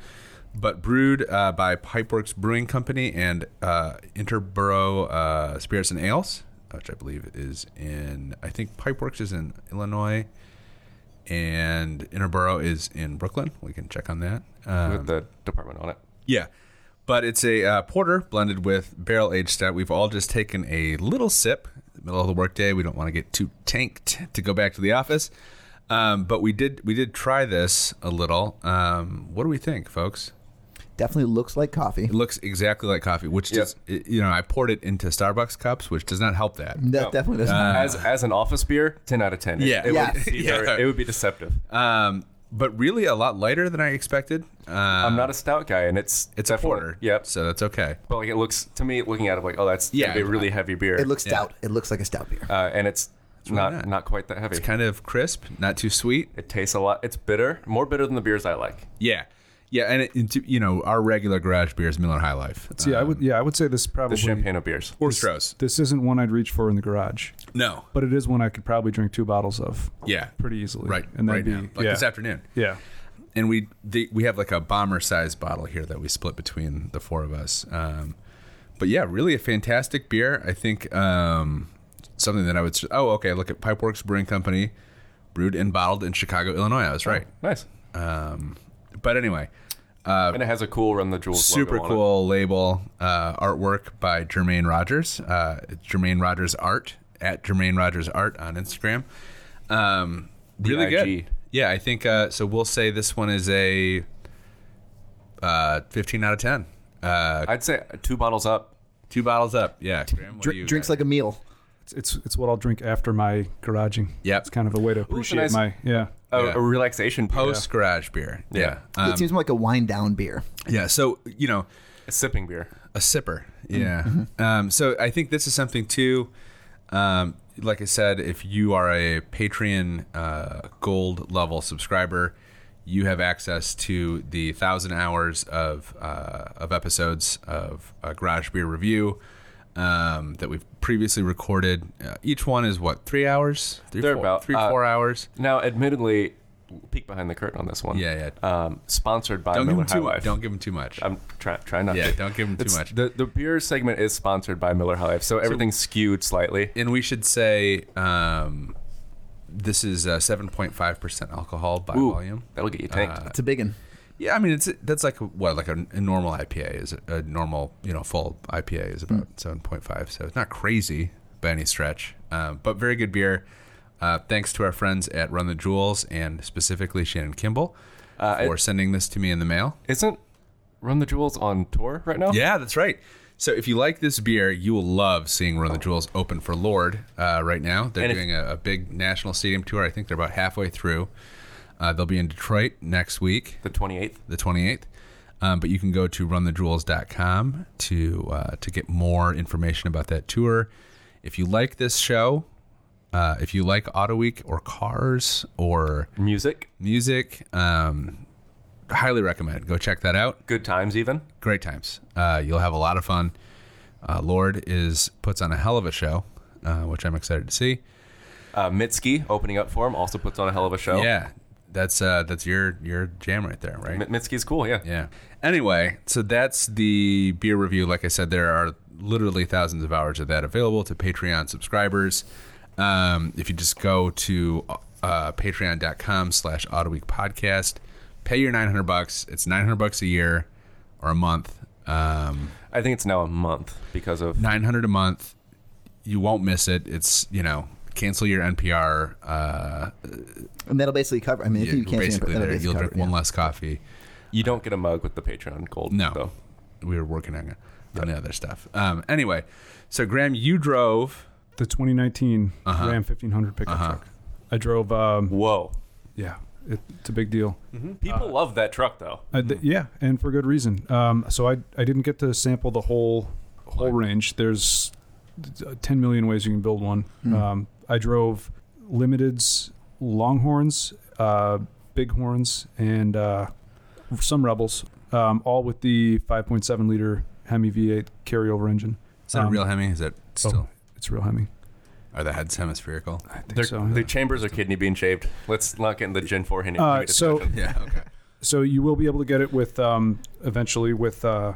Speaker 1: but brewed uh, by Pipeworks Brewing Company and uh, Interborough uh, Spirits and Ales, which I believe is in. I think Pipeworks is in Illinois, and Interborough is in Brooklyn. We can check on that. Um,
Speaker 3: with the department on it.
Speaker 1: yeah. But it's a uh, porter blended with barrel aged stout. We've all just taken a little sip in the middle of the workday. We don't want to get too tanked to go back to the office. Um, but we did we did try this a little. Um, what do we think, folks?
Speaker 6: Definitely looks like coffee.
Speaker 1: It looks exactly like coffee, which does it- you know I poured it into Starbucks cups, which does not help that.
Speaker 6: That definitely doesn't.
Speaker 3: as as an office beer, ten out of ten. It-
Speaker 1: Uh, Yeah.
Speaker 3: it,
Speaker 6: Yeah.
Speaker 3: Would be
Speaker 1: Yeah.
Speaker 3: very- it would be deceptive.
Speaker 1: Um, but really a lot lighter than I expected. Uh,
Speaker 3: I'm not a stout guy, and it's
Speaker 1: it's
Speaker 3: Um, definitely-
Speaker 1: a porter.
Speaker 3: Yep.
Speaker 1: So that's okay.
Speaker 3: But like it looks to me, looking at it, like oh, that's yeah,
Speaker 1: Yeah,
Speaker 3: a really heavy beer.
Speaker 6: It looks stout. It looks like a stout beer.
Speaker 3: uh, and it's not,
Speaker 1: not.
Speaker 3: not quite that heavy.
Speaker 1: It's kind of crisp, not too sweet.
Speaker 3: it tastes a lot. It's bitter, more bitter than the beers I like.
Speaker 1: Yeah. Yeah, and it, into, you know our regular garage beer is Miller High Life. Uh,
Speaker 5: See, I would yeah, I would say this
Speaker 3: The
Speaker 5: probably
Speaker 3: champagne of beers.
Speaker 1: or Stroh's.
Speaker 5: this isn't one I'd reach for in the garage,
Speaker 1: No.
Speaker 5: but it is one I could probably drink two bottles of
Speaker 1: Yeah.
Speaker 5: pretty easily.
Speaker 1: Right.
Speaker 5: and that'd
Speaker 1: right
Speaker 5: be,
Speaker 1: now, like
Speaker 5: yeah,
Speaker 1: this afternoon.
Speaker 5: Yeah,
Speaker 1: and we the, we have like a bomber size bottle here that we split between the four of us. Um, but yeah, really a fantastic beer. I think um, something that I would. s- Oh, okay. Look at Pipeworks Brewing Company, brewed and bottled in Chicago, Illinois. I was
Speaker 5: Oh.
Speaker 1: right.
Speaker 3: Nice.
Speaker 1: Um, but anyway,
Speaker 3: and it has a cool run the jewels.
Speaker 1: super
Speaker 3: logo on it.
Speaker 1: cool label uh, artwork by Jermaine Rogers. Uh, it's Jermaine Rogers Art at Jermaine Rogers Art on Instagram. Um, really
Speaker 3: IG.
Speaker 1: good. Yeah, I think uh, so. We'll say this one is a uh, 15 out of 10. Uh,
Speaker 3: I'd say two bottles up.
Speaker 1: two bottles up. Yeah, Graham, what do you
Speaker 6: Drink, drinks
Speaker 1: got?
Speaker 6: like a meal.
Speaker 5: it's, it's it's what I'll drink after my garaging.
Speaker 1: Yep.
Speaker 5: it's kind of a way to appreciate
Speaker 3: nice-
Speaker 5: my yeah.
Speaker 3: A,
Speaker 1: Yeah.
Speaker 3: a relaxation beer.
Speaker 1: post garage beer. Yeah, yeah. Um,
Speaker 6: it seems more like a wind down beer.
Speaker 1: yeah. So you know,
Speaker 3: a sipping beer.
Speaker 1: a sipper. Yeah. Um, so I think this is something too. Um, like I said, if you are a Patreon uh, gold level subscriber, you have access to the thousand hours of uh, of episodes of uh, Garage Beer Review um, that we've previously recorded. Uh, each one is what three hours? Three,
Speaker 3: They're
Speaker 1: four,
Speaker 3: about,
Speaker 1: three
Speaker 3: uh,
Speaker 1: four hours.
Speaker 3: Now, admittedly, peek behind the curtain on this one.
Speaker 1: Yeah,
Speaker 3: yeah. Um, sponsored by
Speaker 1: Don't give
Speaker 3: Miller
Speaker 1: them
Speaker 3: High
Speaker 1: too.
Speaker 3: Life.
Speaker 1: Don't give them too much.
Speaker 3: I'm try, trying not
Speaker 1: Yeah,
Speaker 3: to.
Speaker 1: don't give 'em too
Speaker 3: It's-
Speaker 1: much.
Speaker 3: The, the beer segment is sponsored by Miller High Life, so everything's skewed slightly.
Speaker 1: and we should say um, this is uh, seven point five percent alcohol by
Speaker 3: Ooh,
Speaker 1: volume.
Speaker 3: That'll get you
Speaker 1: uh,
Speaker 3: tanked.
Speaker 6: It's a big one.
Speaker 1: Yeah, I mean it's that's like what like a, a normal IPA is a normal you know full IPA is
Speaker 3: Hmm.
Speaker 1: about seven point five, so it's not crazy by any stretch, uh, but very good beer. Uh, thanks to our friends at Run the Jewels and specifically Shannon Kimball
Speaker 3: Uh,
Speaker 1: for sending this to me in the mail.
Speaker 3: Isn't Run the Jewels on tour right now?
Speaker 1: Yeah, that's right. So if you like this beer, you will love seeing Run the Jewels open for Lord uh, right now. They're
Speaker 3: And if-
Speaker 1: doing a, a big national stadium tour. I think they're about halfway through. Uh, they'll be in Detroit next week,
Speaker 3: The 28th.
Speaker 1: the 28th. Um, but you can go to runthejewels.com to uh, to get more information about that tour. If you like this show, uh, if you like Auto Week or cars or
Speaker 3: Music.
Speaker 1: music, um, highly recommend. Go check that out
Speaker 3: Good times, even.
Speaker 1: great times. Uh, you'll have a lot of fun. Uh, Lord is puts on a hell of a show, uh, which I'm excited to see.
Speaker 3: Uh, Mitski opening up for him also puts on a hell of a show.
Speaker 1: Yeah, that's uh, that's your your jam right there, right?
Speaker 3: M- Mitski's cool, yeah.
Speaker 1: Yeah. Anyway, so that's the beer review. Like I said, there are literally thousands of hours of that available to Patreon subscribers. Um, if you just go to uh, patreon.com slash autoweek podcast, pay your 900 bucks. It's 900 bucks a year or a month. Um,
Speaker 3: I think it's now a month because of.
Speaker 1: nine hundred a month. You won't miss it. It's you know cancel your NPR. Uh,
Speaker 6: And that'll basically cover. I mean, if you can't
Speaker 1: basically,
Speaker 6: stand
Speaker 1: there.
Speaker 6: it,
Speaker 1: you'll drink one less coffee.
Speaker 3: You don't get a mug with the Patreon gold.
Speaker 1: No,
Speaker 3: Though.
Speaker 1: we were working on on the other stuff. Um, anyway, so Graham, you drove.
Speaker 5: The 2019
Speaker 3: Uh-huh.
Speaker 5: Ram 1500 pickup truck. I drove. Um,
Speaker 3: Whoa.
Speaker 5: yeah, it, it's a big deal.
Speaker 3: People love that truck, though.
Speaker 1: Mm-hmm.
Speaker 5: I d- yeah, and for good reason. Um, so I I didn't get to sample the whole whole range. There's uh, 10 million ways you can build one. Um, I drove limiteds, longhorns, uh, bighorns, and uh, some rebels, um, all with the 5.7 liter Hemi V8 carryover engine.
Speaker 1: Is that a
Speaker 5: Um,
Speaker 1: real Hemi? Is that still?
Speaker 5: It's a real Hemi.
Speaker 1: Are the heads hemispherical?
Speaker 5: I think
Speaker 3: Their,
Speaker 5: so.
Speaker 3: their chambers are kidney bean shaped. Let's not get in the Gen 4 Henry.
Speaker 5: Uh, so
Speaker 1: Yeah. Okay.
Speaker 5: so you will be able to get it with um, eventually with uh,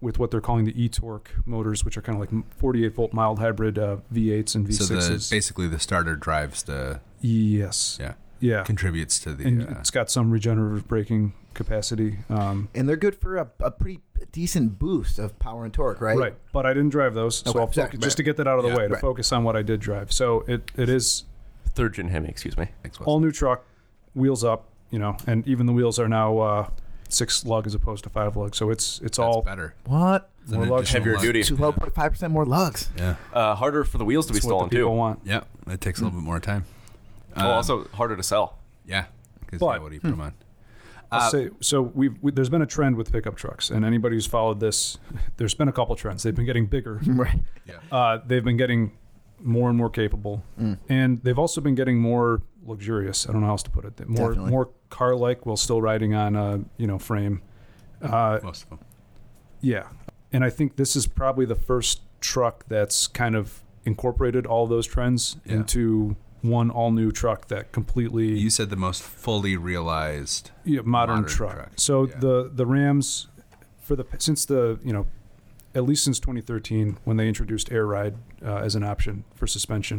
Speaker 5: with what they're calling the e-torque motors, which are kind of like 48 volt mild hybrid uh, V8s and
Speaker 1: so the
Speaker 5: V6s.
Speaker 1: basically the starter drives the
Speaker 5: yes.
Speaker 1: yeah
Speaker 5: Yeah.
Speaker 1: contributes to
Speaker 5: And
Speaker 1: the. Uh,
Speaker 5: it's got some regenerative braking capacity. Um,
Speaker 6: And they're good for a, a pretty decent boost of power and torque, right?
Speaker 5: right. But I didn't drive those, so
Speaker 6: Okay,
Speaker 5: I'll focus,
Speaker 6: sorry, right.
Speaker 5: just to get that out of the
Speaker 1: Yeah,
Speaker 5: way to
Speaker 6: right.
Speaker 5: focus on what I did drive. So it, it is
Speaker 3: Third Gen Hemi, excuse me.
Speaker 1: thanks, Wes.
Speaker 5: all new truck, wheels up, you know, and even the wheels are now uh, six lug as opposed to five lug. So it's it's
Speaker 1: That's
Speaker 5: all
Speaker 1: better.
Speaker 6: What?
Speaker 1: It's an
Speaker 5: more lug-
Speaker 1: additional
Speaker 3: Heavier
Speaker 1: lug.
Speaker 3: duty.
Speaker 6: 12.5% more lugs.
Speaker 1: Yeah.
Speaker 3: Uh, harder for the wheels to be
Speaker 5: it's what the
Speaker 3: stolen,
Speaker 5: people Uh,
Speaker 3: too.
Speaker 5: want.
Speaker 1: Yeah. It takes a little bit more time.
Speaker 3: Oh, also harder to sell.
Speaker 1: Yeah. Because
Speaker 5: But-
Speaker 1: what do you put 'em on?
Speaker 5: I'll
Speaker 6: Uh,
Speaker 5: say, so we've we, there's been a trend with pickup trucks, and anybody who's followed this, there's been a couple trends. They've been getting bigger.
Speaker 6: Right.
Speaker 5: Uh, they've been getting more and more capable,
Speaker 6: Mm.
Speaker 5: and they've also been getting more luxurious. I don't know how else to put it. They're More
Speaker 6: Definitely.
Speaker 5: more car like while still riding on a you know frame.
Speaker 1: Most of them.
Speaker 5: Yeah, and I think this is probably the first truck that's kind of incorporated all those trends
Speaker 1: Yeah.
Speaker 5: into one all new truck that completely
Speaker 1: You said the most fully realized.
Speaker 5: yeah, modern,
Speaker 1: modern
Speaker 5: truck.
Speaker 1: truck,
Speaker 5: So
Speaker 1: yeah.
Speaker 5: the the Rams for the since the you know at least since 2013 when they introduced air ride uh, as an option for suspension,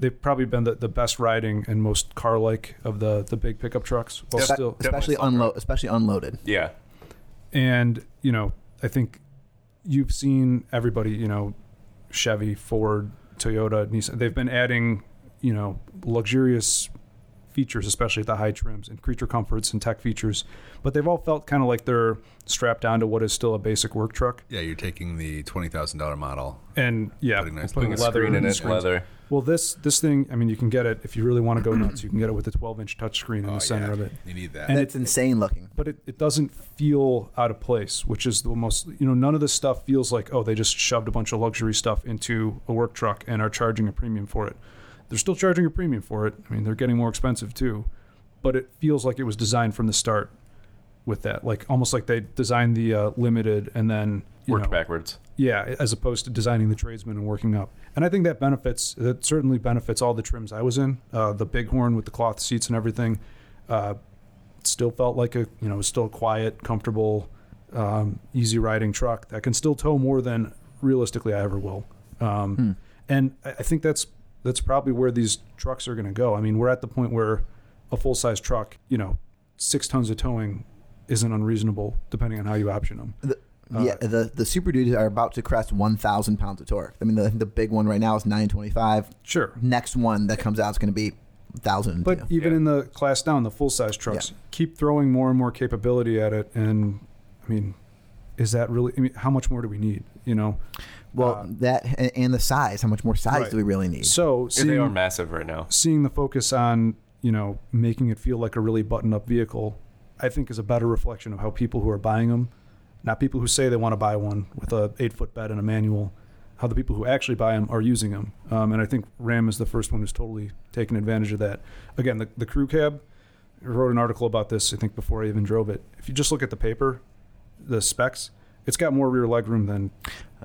Speaker 5: they've probably been the, the best riding and most car like of the the big pickup trucks. While
Speaker 6: Spe-
Speaker 5: still,
Speaker 6: especially unload, especially unloaded.
Speaker 3: Yeah.
Speaker 5: and you know I think you've seen everybody you know Chevy, Ford, Toyota, Nissan. They've been adding you know luxurious features, especially at the high trims and creature comforts and tech features. But they've all felt kind of like they're strapped down to what is still a basic work truck.
Speaker 1: Yeah, you're taking the twenty thousand dollar model.
Speaker 5: And yeah,
Speaker 1: Putting nice
Speaker 5: putting
Speaker 3: A
Speaker 1: things.
Speaker 5: leather
Speaker 3: screen in
Speaker 5: and
Speaker 3: it,
Speaker 5: screens.
Speaker 3: leather.
Speaker 5: Well, this this thing, I mean, you can get it if you really want to go nuts. You can get it with a 12 inch touchscreen
Speaker 3: Oh,
Speaker 5: in the center
Speaker 1: Oh, yeah.
Speaker 5: of it.
Speaker 1: You need that.
Speaker 5: And
Speaker 6: That's insane looking.
Speaker 5: but it, it doesn't feel out of place, which is the most, you know, none of this stuff feels like, oh, they just shoved a bunch of luxury stuff into a work truck and are charging a premium for it. They're still charging a premium for it. I mean, they're getting more expensive too, but it feels like it was designed from the start with that. Like almost like they designed the uh, limited and then you
Speaker 3: Worked
Speaker 5: know,
Speaker 3: backwards.
Speaker 5: yeah, as opposed to designing the tradesman and working up. And I think that benefits that certainly benefits all the trims I was in. Uh, the Bighorn with the cloth seats and everything uh, still felt like a you know it was still a quiet, comfortable, um, easy riding truck that can still tow more than realistically I ever will. Um, And I I think that's that's probably where these trucks are going to go. I mean, we're at the point where a full size truck, you know, six tons of towing isn't unreasonable depending on how you option them.
Speaker 6: The, yeah, the the Super Duties are about to crest 1,000 pounds of torque. I mean, the, the big one right now is 925.
Speaker 5: Sure.
Speaker 6: Next one that comes out is going to be 1,000.
Speaker 5: But
Speaker 6: you know.
Speaker 5: even in the class down, the full size trucks
Speaker 6: Yeah.
Speaker 5: keep throwing more and more capability at it. And I mean, is that really? I mean, how much more do we need? You know,
Speaker 6: well,
Speaker 5: uh,
Speaker 6: that and, and the size. How much more size
Speaker 5: Right.
Speaker 6: do we really need?
Speaker 5: so
Speaker 3: Yeah, they are
Speaker 5: seeing,
Speaker 3: massive right now.
Speaker 5: seeing the focus on you know making it feel like a really button up vehicle, I think is a better reflection of how people who are buying them, not people who say they want to buy one with a eight foot bed and a manual, how the people who actually buy them are using them. Um, and I think Ram is the first one who's totally taken advantage of that. Again, the, the crew cab. I wrote an article about this, I think, before I even drove it. If you just look at the paper, the specs, it's got more rear leg room than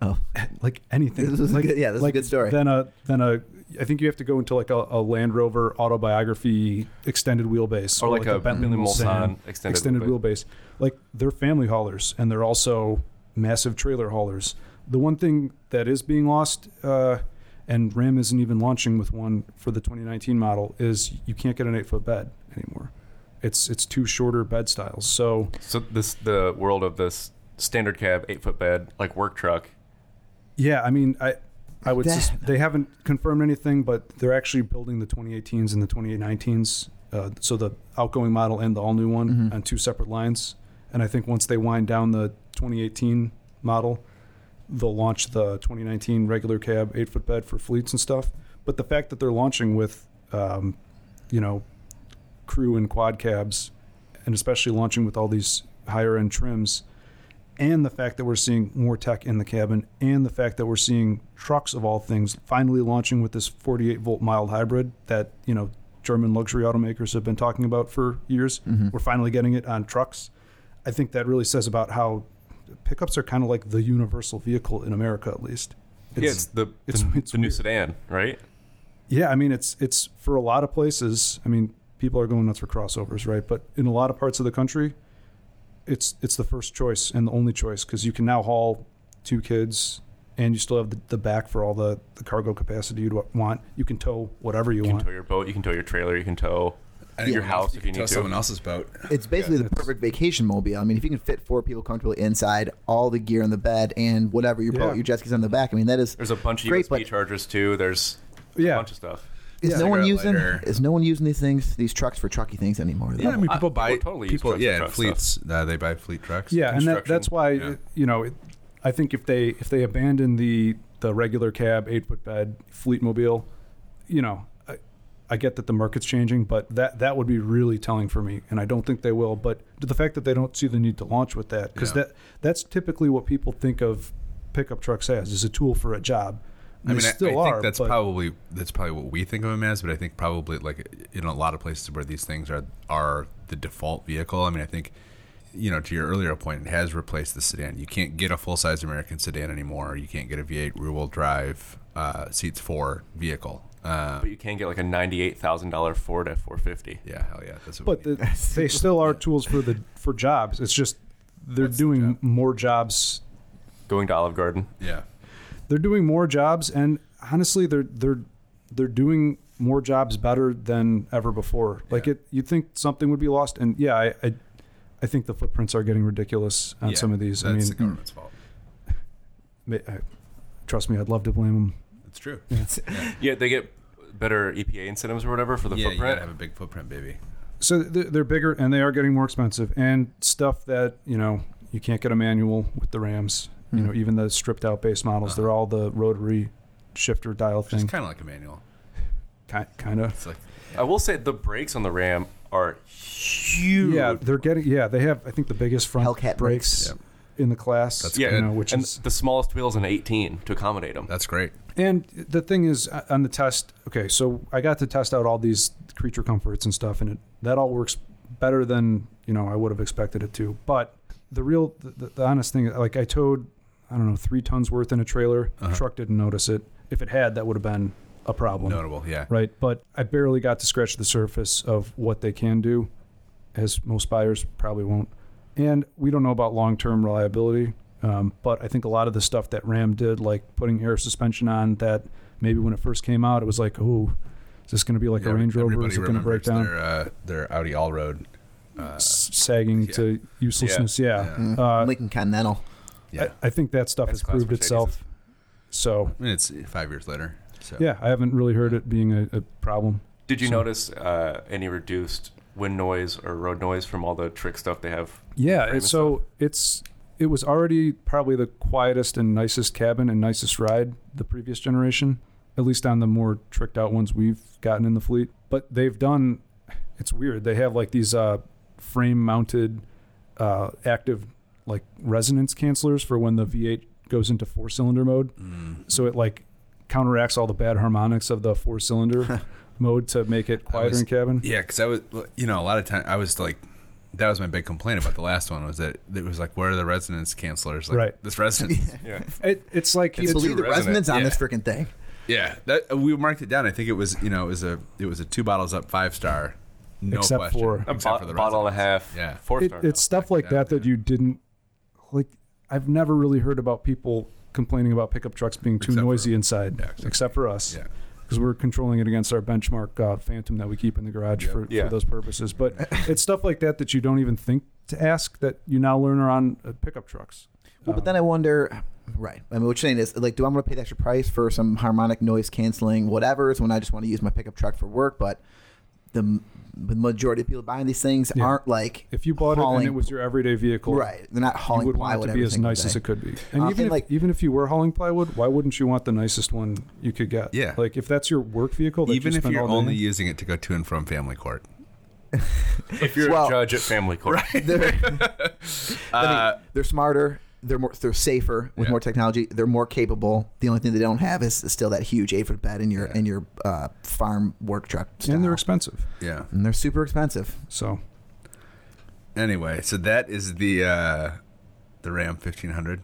Speaker 6: Oh.
Speaker 5: like anything.
Speaker 6: This is a
Speaker 5: like,
Speaker 6: good- yeah, this is a
Speaker 5: like
Speaker 6: good story.
Speaker 5: Than a than a, I think you have to go into like a, a Land Rover autobiography extended wheelbase,
Speaker 3: Or like a Bentley Mulsanne extended
Speaker 5: wheelbase. Like they're family haulers, and they're also massive trailer haulers. The one thing that is being lost, uh, and Ram isn't even launching with one for the 2019 model, is you can't get an eight foot bed anymore. It's it's two shorter bed styles. So
Speaker 3: So this the world of this standard cab, eight foot bed, like work truck.
Speaker 5: Yeah, I mean, I I would
Speaker 6: That-
Speaker 5: sus- they haven't confirmed anything, but they're actually building the 2018s and the 2019s, uh, so the outgoing model and the all new one on two separate lines. And I think once they wind down the 2018 model, they'll launch the 2019 regular cab eight foot bed for fleets and stuff. But the fact that they're launching with, um, you know, crew and quad cabs, and especially launching with all these higher end trims, and the fact that we're seeing more tech in the cabin, and the fact that we're seeing trucks of all things finally launching with this 48 volt mild hybrid that you know German luxury automakers have been talking about for years.
Speaker 3: Mm-hmm.
Speaker 5: We're finally getting it on trucks. I think that really says about how pickups are kind of like the universal vehicle in America, at least.
Speaker 3: yeah, it's the
Speaker 5: it's-
Speaker 3: the,
Speaker 5: it's
Speaker 3: the new
Speaker 5: weird.
Speaker 3: sedan, right?
Speaker 5: Yeah, I mean it's it's for a lot of places. I mean, people are going nuts for crossovers, right? But in a lot of parts of the country, it's it's the first choice and the only choice because you can now haul two kids and you still have the, the back for all the, the cargo capacity you'd wa- want. You can tow whatever you,
Speaker 3: You can
Speaker 5: want.
Speaker 3: tow your boat, you can tow your trailer, you can tow
Speaker 1: And
Speaker 3: your house
Speaker 1: you
Speaker 3: if you
Speaker 1: can tow
Speaker 3: need
Speaker 1: someone
Speaker 3: to.
Speaker 1: else's boat.
Speaker 6: It's basically the perfect vacation mobile. I mean, if you can fit four people comfortably inside, all the gear on the bed, and whatever your boat,
Speaker 5: Yeah.
Speaker 6: your jet skis on the back. I mean, that is
Speaker 3: There's a bunch of
Speaker 6: Great,
Speaker 3: USB
Speaker 6: but-
Speaker 3: chargers too. There's a
Speaker 5: Yeah.
Speaker 3: bunch of stuff.
Speaker 6: is no one
Speaker 1: cigarette
Speaker 6: using
Speaker 1: lighter.
Speaker 6: is no one using these things these trucks for trucky things anymore. Though.
Speaker 1: Yeah, I mean, people
Speaker 3: people
Speaker 1: Uh, buy
Speaker 3: totally use
Speaker 1: people.
Speaker 3: trucks for
Speaker 1: Yeah,
Speaker 3: truck
Speaker 1: fleets. Uh, they buy fleet trucks.
Speaker 5: Yeah, and that,
Speaker 3: construction,
Speaker 5: that's why
Speaker 1: yeah.
Speaker 5: you know, it, I think if they if they abandon the the regular cab eight foot bed fleet mobile, you know, I, I get that the market's changing, but that that would be really telling for me, and I don't think they will. But the fact that they don't see the need to launch with that, because
Speaker 1: Yeah.
Speaker 5: that that's typically what people think of pickup trucks as is a tool for a job. And
Speaker 1: I
Speaker 5: they
Speaker 1: mean, I, I
Speaker 5: still
Speaker 1: think
Speaker 5: are,
Speaker 1: that's
Speaker 5: but-
Speaker 1: probably that's probably what we think of them as, but I think probably like in a lot of places where these things are are the default vehicle. I mean, I think you know to your earlier point, it has replaced the sedan. You can't get a full size American sedan anymore. You can't get a V8 rear wheel drive uh, seats four vehicle. Uh,
Speaker 3: But you can get like a ninety-eight thousand dollar Ford F four fifty.
Speaker 1: yeah, hell yeah, that's what
Speaker 5: but
Speaker 1: we need.
Speaker 5: the, they still are tools for the for jobs. It's just they're doing more jobs.
Speaker 3: Going to Olive Garden.
Speaker 1: yeah,
Speaker 5: They're doing more jobs, and honestly, they're they're they're doing more jobs better than ever before. Like
Speaker 1: Yeah.
Speaker 5: it, you'd think something would be lost, and yeah, I I, I think the footprints are getting ridiculous on
Speaker 1: Yeah,
Speaker 5: some of these.
Speaker 1: That's
Speaker 5: I
Speaker 1: the
Speaker 5: mean, mm.
Speaker 1: government's fault.
Speaker 5: ma- I, trust me, I'd love to blame them.
Speaker 1: It's true.
Speaker 3: Yeah, they get better EPA incentives or whatever for the
Speaker 1: Yeah, you
Speaker 3: footprint.
Speaker 1: gotta have a big footprint, baby.
Speaker 5: So th- they're bigger and they are getting more expensive, and stuff that you know you can't get a manual with the Rams. You
Speaker 1: Hmm.
Speaker 5: know, even the stripped out base models,
Speaker 1: Uh-huh.
Speaker 5: they're all the rotary shifter dial
Speaker 1: It's
Speaker 5: thing.
Speaker 1: kind of like a manual.
Speaker 5: kind of.
Speaker 1: It's like
Speaker 3: I will say the brakes on the Ram are huge.
Speaker 5: Yeah, they're getting. Yeah, they have. I think the biggest front
Speaker 6: Hellcat
Speaker 5: brakes
Speaker 6: brakes.
Speaker 5: in the class.
Speaker 1: That's
Speaker 5: you
Speaker 3: yeah,
Speaker 5: know, which
Speaker 3: and
Speaker 5: is
Speaker 3: the smallest wheels an eighteen to accommodate them.
Speaker 1: that's great.
Speaker 5: And the thing is, uh, on the test, okay, so I got to test out all these creature comforts and stuff, and it, that all works better than you know I would have expected it to. But the real, the, the, the honest thing, like I towed, I don't know, three tons worth in a trailer.
Speaker 1: Uh-huh.
Speaker 5: The truck didn't notice it. If it had, that would have been a problem,
Speaker 1: Notable, yeah.
Speaker 5: right? But I barely got to scratch the surface of what they can do, as most buyers probably won't. And we don't know about long-term reliability. Um, but I think a lot of the stuff that Ram did, like putting air suspension on, that maybe when it first came out, it was like, oh, is this going to be like
Speaker 1: Yeah,
Speaker 5: a Range Rover?
Speaker 1: everybody
Speaker 5: Is it going to break
Speaker 1: remembers
Speaker 5: down?
Speaker 1: Their, uh, their Audi Allroad.
Speaker 5: S- sagging to uselessness. Yeah. Uh,
Speaker 6: Lincoln Continental.
Speaker 1: Yeah,
Speaker 5: I, I think that stuff has
Speaker 3: class
Speaker 5: proved
Speaker 3: Mercedes.
Speaker 5: itself. So,
Speaker 1: I mean, it's five years later. So
Speaker 5: yeah, I haven't really heard it being a, a problem.
Speaker 3: Did you notice uh, any reduced wind noise or road noise from all the trick stuff they have?
Speaker 5: Yeah,
Speaker 3: frame
Speaker 5: it-
Speaker 3: and
Speaker 5: so it's it was already probably the quietest and nicest cabin and nicest ride the previous generation, at least on the more tricked out ones we've gotten in the fleet. But they've done it's weird. They have like these uh, frame mounted uh, active like resonance cancelers for when the V8 goes into four cylinder mode. So it like counteracts all the bad harmonics of the four cylinder mode to make it quieter
Speaker 1: was-
Speaker 5: in cabin.
Speaker 1: yeah, because I was, you know, a lot of time I was like, that was my big complaint about the last one was that it was like, where are the resonance cancelers? Like,
Speaker 5: Right.
Speaker 1: This resonance,
Speaker 3: Yeah.
Speaker 5: It, it's like
Speaker 6: Can you
Speaker 5: it's-
Speaker 6: believe the
Speaker 3: resonant.
Speaker 6: resonance on
Speaker 1: Yeah.
Speaker 6: this freaking thing?
Speaker 1: yeah. That we marked it down. I think it was, you know, it was a, it was a two bottles up five star, no
Speaker 5: Except
Speaker 1: question.
Speaker 5: for-
Speaker 3: A
Speaker 1: except
Speaker 3: bo-
Speaker 1: for the
Speaker 3: bottle and a
Speaker 1: resonance.
Speaker 3: half.
Speaker 1: Yeah.
Speaker 3: Four
Speaker 5: it,
Speaker 3: star.
Speaker 5: it's stuff like that that you didn't like i've never really heard about people complaining about pickup trucks being too
Speaker 1: Except for-
Speaker 5: noisy inside
Speaker 1: yeah, exactly.
Speaker 5: except for us
Speaker 1: Yeah.
Speaker 5: because we're controlling it against our benchmark uh, phantom that we keep in the garage for,
Speaker 3: Yeah.
Speaker 5: for those purposes but it's stuff like that that you don't even think to ask that you now learn are on uh, pickup trucks
Speaker 6: Well, but then I wonder, right? I mean, what you're saying is like, do I want to pay the extra price for some harmonic noise canceling whatever? It's when I just want to use my pickup truck for work, but the, m- the majority of people buying these things
Speaker 5: Yeah.
Speaker 6: aren't like
Speaker 5: if you bought it and
Speaker 6: hauling-
Speaker 5: it was your everyday vehicle
Speaker 6: right. They're not
Speaker 5: you
Speaker 6: hauling
Speaker 5: would
Speaker 6: plywood
Speaker 5: want it to
Speaker 6: every
Speaker 5: be as
Speaker 6: single
Speaker 5: nice as
Speaker 6: day.
Speaker 5: it could be and even
Speaker 6: Uh, and
Speaker 5: if,
Speaker 6: like-
Speaker 5: even if you were hauling plywood why wouldn't you want the nicest one you could get
Speaker 1: Yeah.
Speaker 5: like if that's your work vehicle that
Speaker 1: Even
Speaker 5: you
Speaker 1: if
Speaker 5: spend
Speaker 1: you're
Speaker 5: all day
Speaker 1: only
Speaker 5: in-
Speaker 1: using it to go to and from family court.
Speaker 3: if you're
Speaker 6: Well-
Speaker 3: a judge at family court.
Speaker 1: Uh,
Speaker 6: I mean, they're smarter. They're more. They're safer
Speaker 1: Yeah.
Speaker 6: with more technology. They're more capable. The only thing they don't have is still that huge eight foot bed in your in your uh, farm work truck.
Speaker 5: and they're
Speaker 6: style.
Speaker 5: expensive
Speaker 1: Yeah.
Speaker 6: and they're super expensive.
Speaker 5: so
Speaker 1: Anyway, so that is the, uh, the Ram 1500.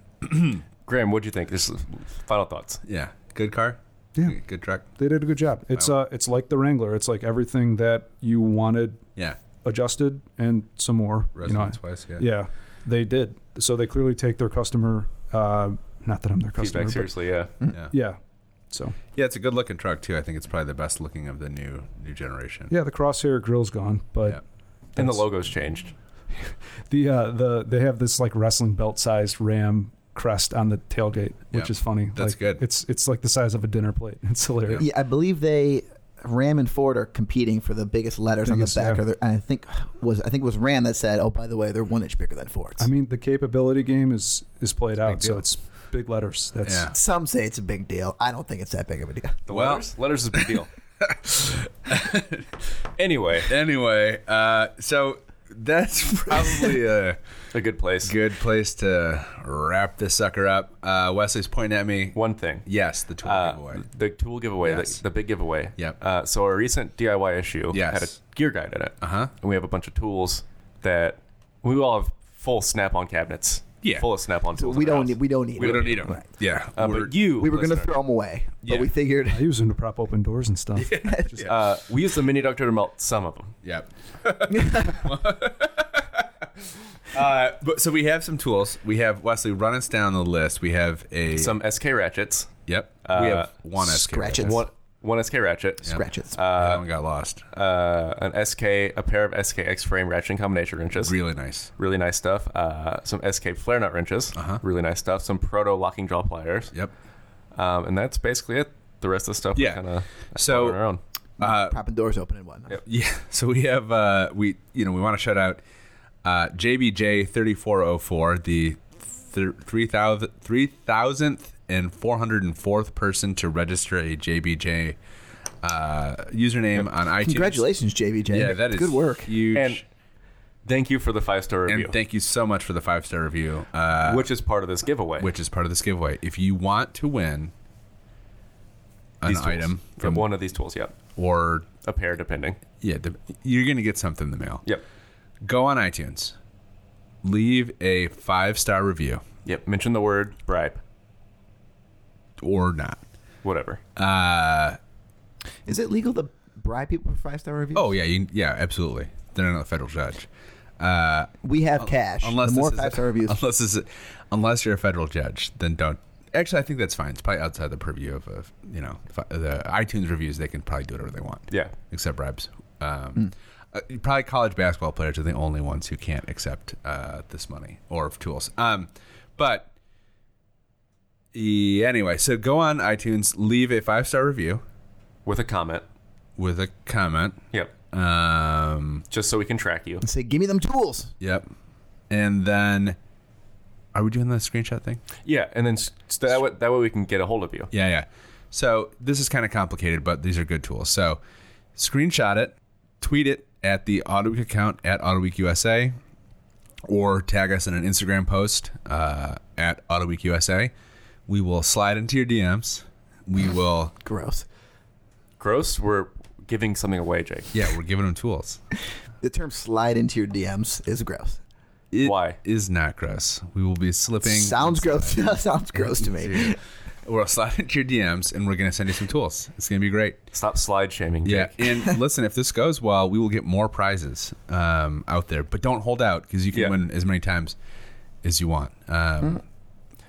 Speaker 3: Graham, what'd you think? This is final thoughts.
Speaker 1: Yeah. Good car.
Speaker 5: Yeah.
Speaker 1: Good truck.
Speaker 5: they did a good job. It's uh, it's like the Wrangler. It's like everything that you wanted
Speaker 1: Yeah.
Speaker 5: adjusted and some more.
Speaker 1: Resonance
Speaker 5: you know,
Speaker 1: wise. Yeah.
Speaker 5: yeah, they did. So they clearly take their customer. Uh, not that I'm their customer.
Speaker 3: Feedback,
Speaker 5: but-
Speaker 3: seriously, yeah.
Speaker 1: Yeah.
Speaker 5: yeah. So
Speaker 1: Yeah, it's a good looking truck too. I think it's probably the best looking of the new new generation.
Speaker 5: yeah, the crosshair grill's gone, but
Speaker 1: Yeah.
Speaker 3: And the
Speaker 5: that's-
Speaker 3: logo's changed.
Speaker 5: the uh, the they have this like wrestling belt sized Ram crest on the tailgate, which
Speaker 1: Yeah.
Speaker 5: is funny.
Speaker 1: That's
Speaker 5: Like,
Speaker 1: good.
Speaker 5: It's it's like the size of a dinner plate. It's hilarious.
Speaker 6: Yeah, I believe they Ram and Ford are competing for the biggest letters
Speaker 5: Biggest,
Speaker 6: on the back.
Speaker 5: yeah.
Speaker 6: Or the, I think was I think it was Ram that said, "Oh, by the way, they're one inch bigger than Ford's."
Speaker 5: I mean, the capability game is is played out, so
Speaker 1: deal.
Speaker 5: it's big letters. That's
Speaker 1: Yeah.
Speaker 6: Some say it's a big deal. I don't think it's that big of a deal.
Speaker 3: The
Speaker 1: Well-
Speaker 3: letters? Letters is a big deal. Anyway,
Speaker 1: anyway, uh, so that's probably a
Speaker 3: a good place.
Speaker 1: good place to wrap this sucker up. Uh, Wesley's pointing at me.
Speaker 3: One thing.
Speaker 1: Yes, the tool
Speaker 3: Uh,
Speaker 1: giveaway.
Speaker 3: The tool giveaway,
Speaker 1: Yes.
Speaker 3: the, the big giveaway.
Speaker 1: Yep.
Speaker 3: Uh, so our recent DIY issue
Speaker 1: Yes.
Speaker 3: had a gear guide in it.
Speaker 1: Uh-huh.
Speaker 3: And we have a bunch of tools that we all have full snap-on cabinets.
Speaker 1: Yeah.
Speaker 3: Full of snap-on tools.
Speaker 6: we
Speaker 3: in our
Speaker 6: don't
Speaker 3: house.
Speaker 6: need. We don't need.
Speaker 1: We
Speaker 6: it.
Speaker 1: don't need him. Yeah,
Speaker 3: Uh,
Speaker 1: we're-
Speaker 3: but you,
Speaker 6: We were going to
Speaker 3: listener,
Speaker 6: throw them away,
Speaker 1: Yeah.
Speaker 6: but we figured
Speaker 5: I use them to prop open doors and stuff.
Speaker 3: Uh, we use the mini doctor to melt some of them.
Speaker 1: Yep. uh, but so we have some tools. We have Wesley. Run us down the list. We have a
Speaker 3: Some SK ratchets.
Speaker 1: Yep.
Speaker 3: uh,
Speaker 1: we have one SK.
Speaker 6: scratch it.
Speaker 3: One, one SK ratchet.
Speaker 6: scratches.
Speaker 1: Uh, that one got lost.
Speaker 3: Uh, an SK, a pair of SK X-frame ratchet combination wrenches.
Speaker 1: really nice.
Speaker 3: really nice stuff. Uh, some SK flare nut wrenches,
Speaker 1: Uh-huh.
Speaker 3: really nice stuff. Some proto locking jaw pliers,
Speaker 1: Yep.
Speaker 3: um, and that's basically it. The rest of the stuff,
Speaker 1: Yeah.
Speaker 3: kind of
Speaker 1: So-
Speaker 3: on our own.
Speaker 5: Uh,
Speaker 6: propping doors open and whatnot.
Speaker 1: Yeah. So we have uh, we you know we want to shout out uh, JBJ thirty four oh four the thir- three thousand three thousandth and four hundred and fourth person to register a JBJ uh, username on iTunes.
Speaker 6: Congratulations, JBJ.
Speaker 1: Yeah, that is
Speaker 6: good work.
Speaker 1: Huge.
Speaker 3: And thank you for the five star
Speaker 1: And
Speaker 3: review,
Speaker 1: thank you so much for the five star review, uh,
Speaker 3: which is part of this giveaway.
Speaker 1: which is part of this giveaway. If you want to win an
Speaker 3: These tools.
Speaker 1: item
Speaker 3: Yeah,
Speaker 1: from
Speaker 3: one of these tools, yep,
Speaker 1: or
Speaker 3: a pair depending,
Speaker 1: yeah, the, you're gonna get something in the mail.
Speaker 3: yep,
Speaker 1: Go on iTunes, leave a five star review
Speaker 3: yep. Mention the word bribe,
Speaker 1: or not.
Speaker 3: whatever.
Speaker 1: Uh,
Speaker 6: Is it legal to bribe people for five star reviews?
Speaker 1: Oh yeah, you, yeah, absolutely. They're not a federal judge. Uh,
Speaker 6: we have cash.
Speaker 1: unless
Speaker 6: the more
Speaker 1: this is-
Speaker 6: five star reviews,
Speaker 1: unless this is, unless you're a federal judge, then don't. Actually, I think that's fine. It's probably outside the purview of, of you know fi- the iTunes reviews. They can probably do whatever they want.
Speaker 3: Yeah.
Speaker 1: accept bribes. Um, uh, probably college basketball players are the only ones who can't accept uh, this money or tools. Um, but e- anyway, so go on iTunes, leave a five star review
Speaker 3: With a comment,
Speaker 1: with a comment.
Speaker 3: yep,
Speaker 1: Um,
Speaker 3: just so we can track you.
Speaker 6: say, "Give me them tools."
Speaker 1: yep, and then are we doing the screenshot thing?
Speaker 3: Yeah, and then s- so that way, that way we can get a hold of you.
Speaker 1: Yeah, yeah. So this is kind of complicated, but these are good tools. So screenshot it, tweet it at the AutoWeek account at AutoWeek USA, or tag us in an Instagram post uh, at AutoWeek USA. We will slide into your DMs. We will,
Speaker 6: Gross.
Speaker 3: Gross, we're giving something away, Jake.
Speaker 1: yeah, we're giving them tools.
Speaker 6: The term "slide into your DMs" is gross.
Speaker 1: It
Speaker 3: Why?
Speaker 1: is not gross. We will be slipping.
Speaker 6: Sounds gross. Sounds gross to me.
Speaker 1: We'll slide into your DMs, and we're going to send you some tools. It's going to be great.
Speaker 3: Stop slide shaming, Jake.
Speaker 1: Yeah, and listen, if this goes well, we will get more prizes um, out there. But don't hold out because you can
Speaker 3: Yeah. Mm-hmm.
Speaker 1: win as many times as you want. Um,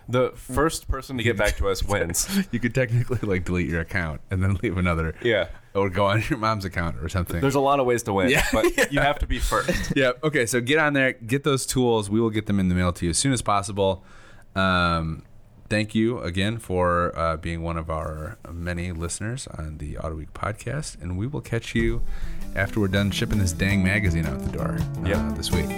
Speaker 3: The first person to get back to us wins.
Speaker 1: You could technically like delete your account and then leave another,
Speaker 3: Yeah.
Speaker 1: or go on your mom's account or something.
Speaker 3: There's a lot of ways to win, but you have to be first.
Speaker 1: yeah. Okay. So get on there, get those tools. We will get them in the mail to you as soon as possible. Um, thank you again for uh, being one of our many listeners on the Auto Week podcast, and we will catch you after we're done shipping this dang magazine out the door. uh,
Speaker 3: Yep.
Speaker 1: this week.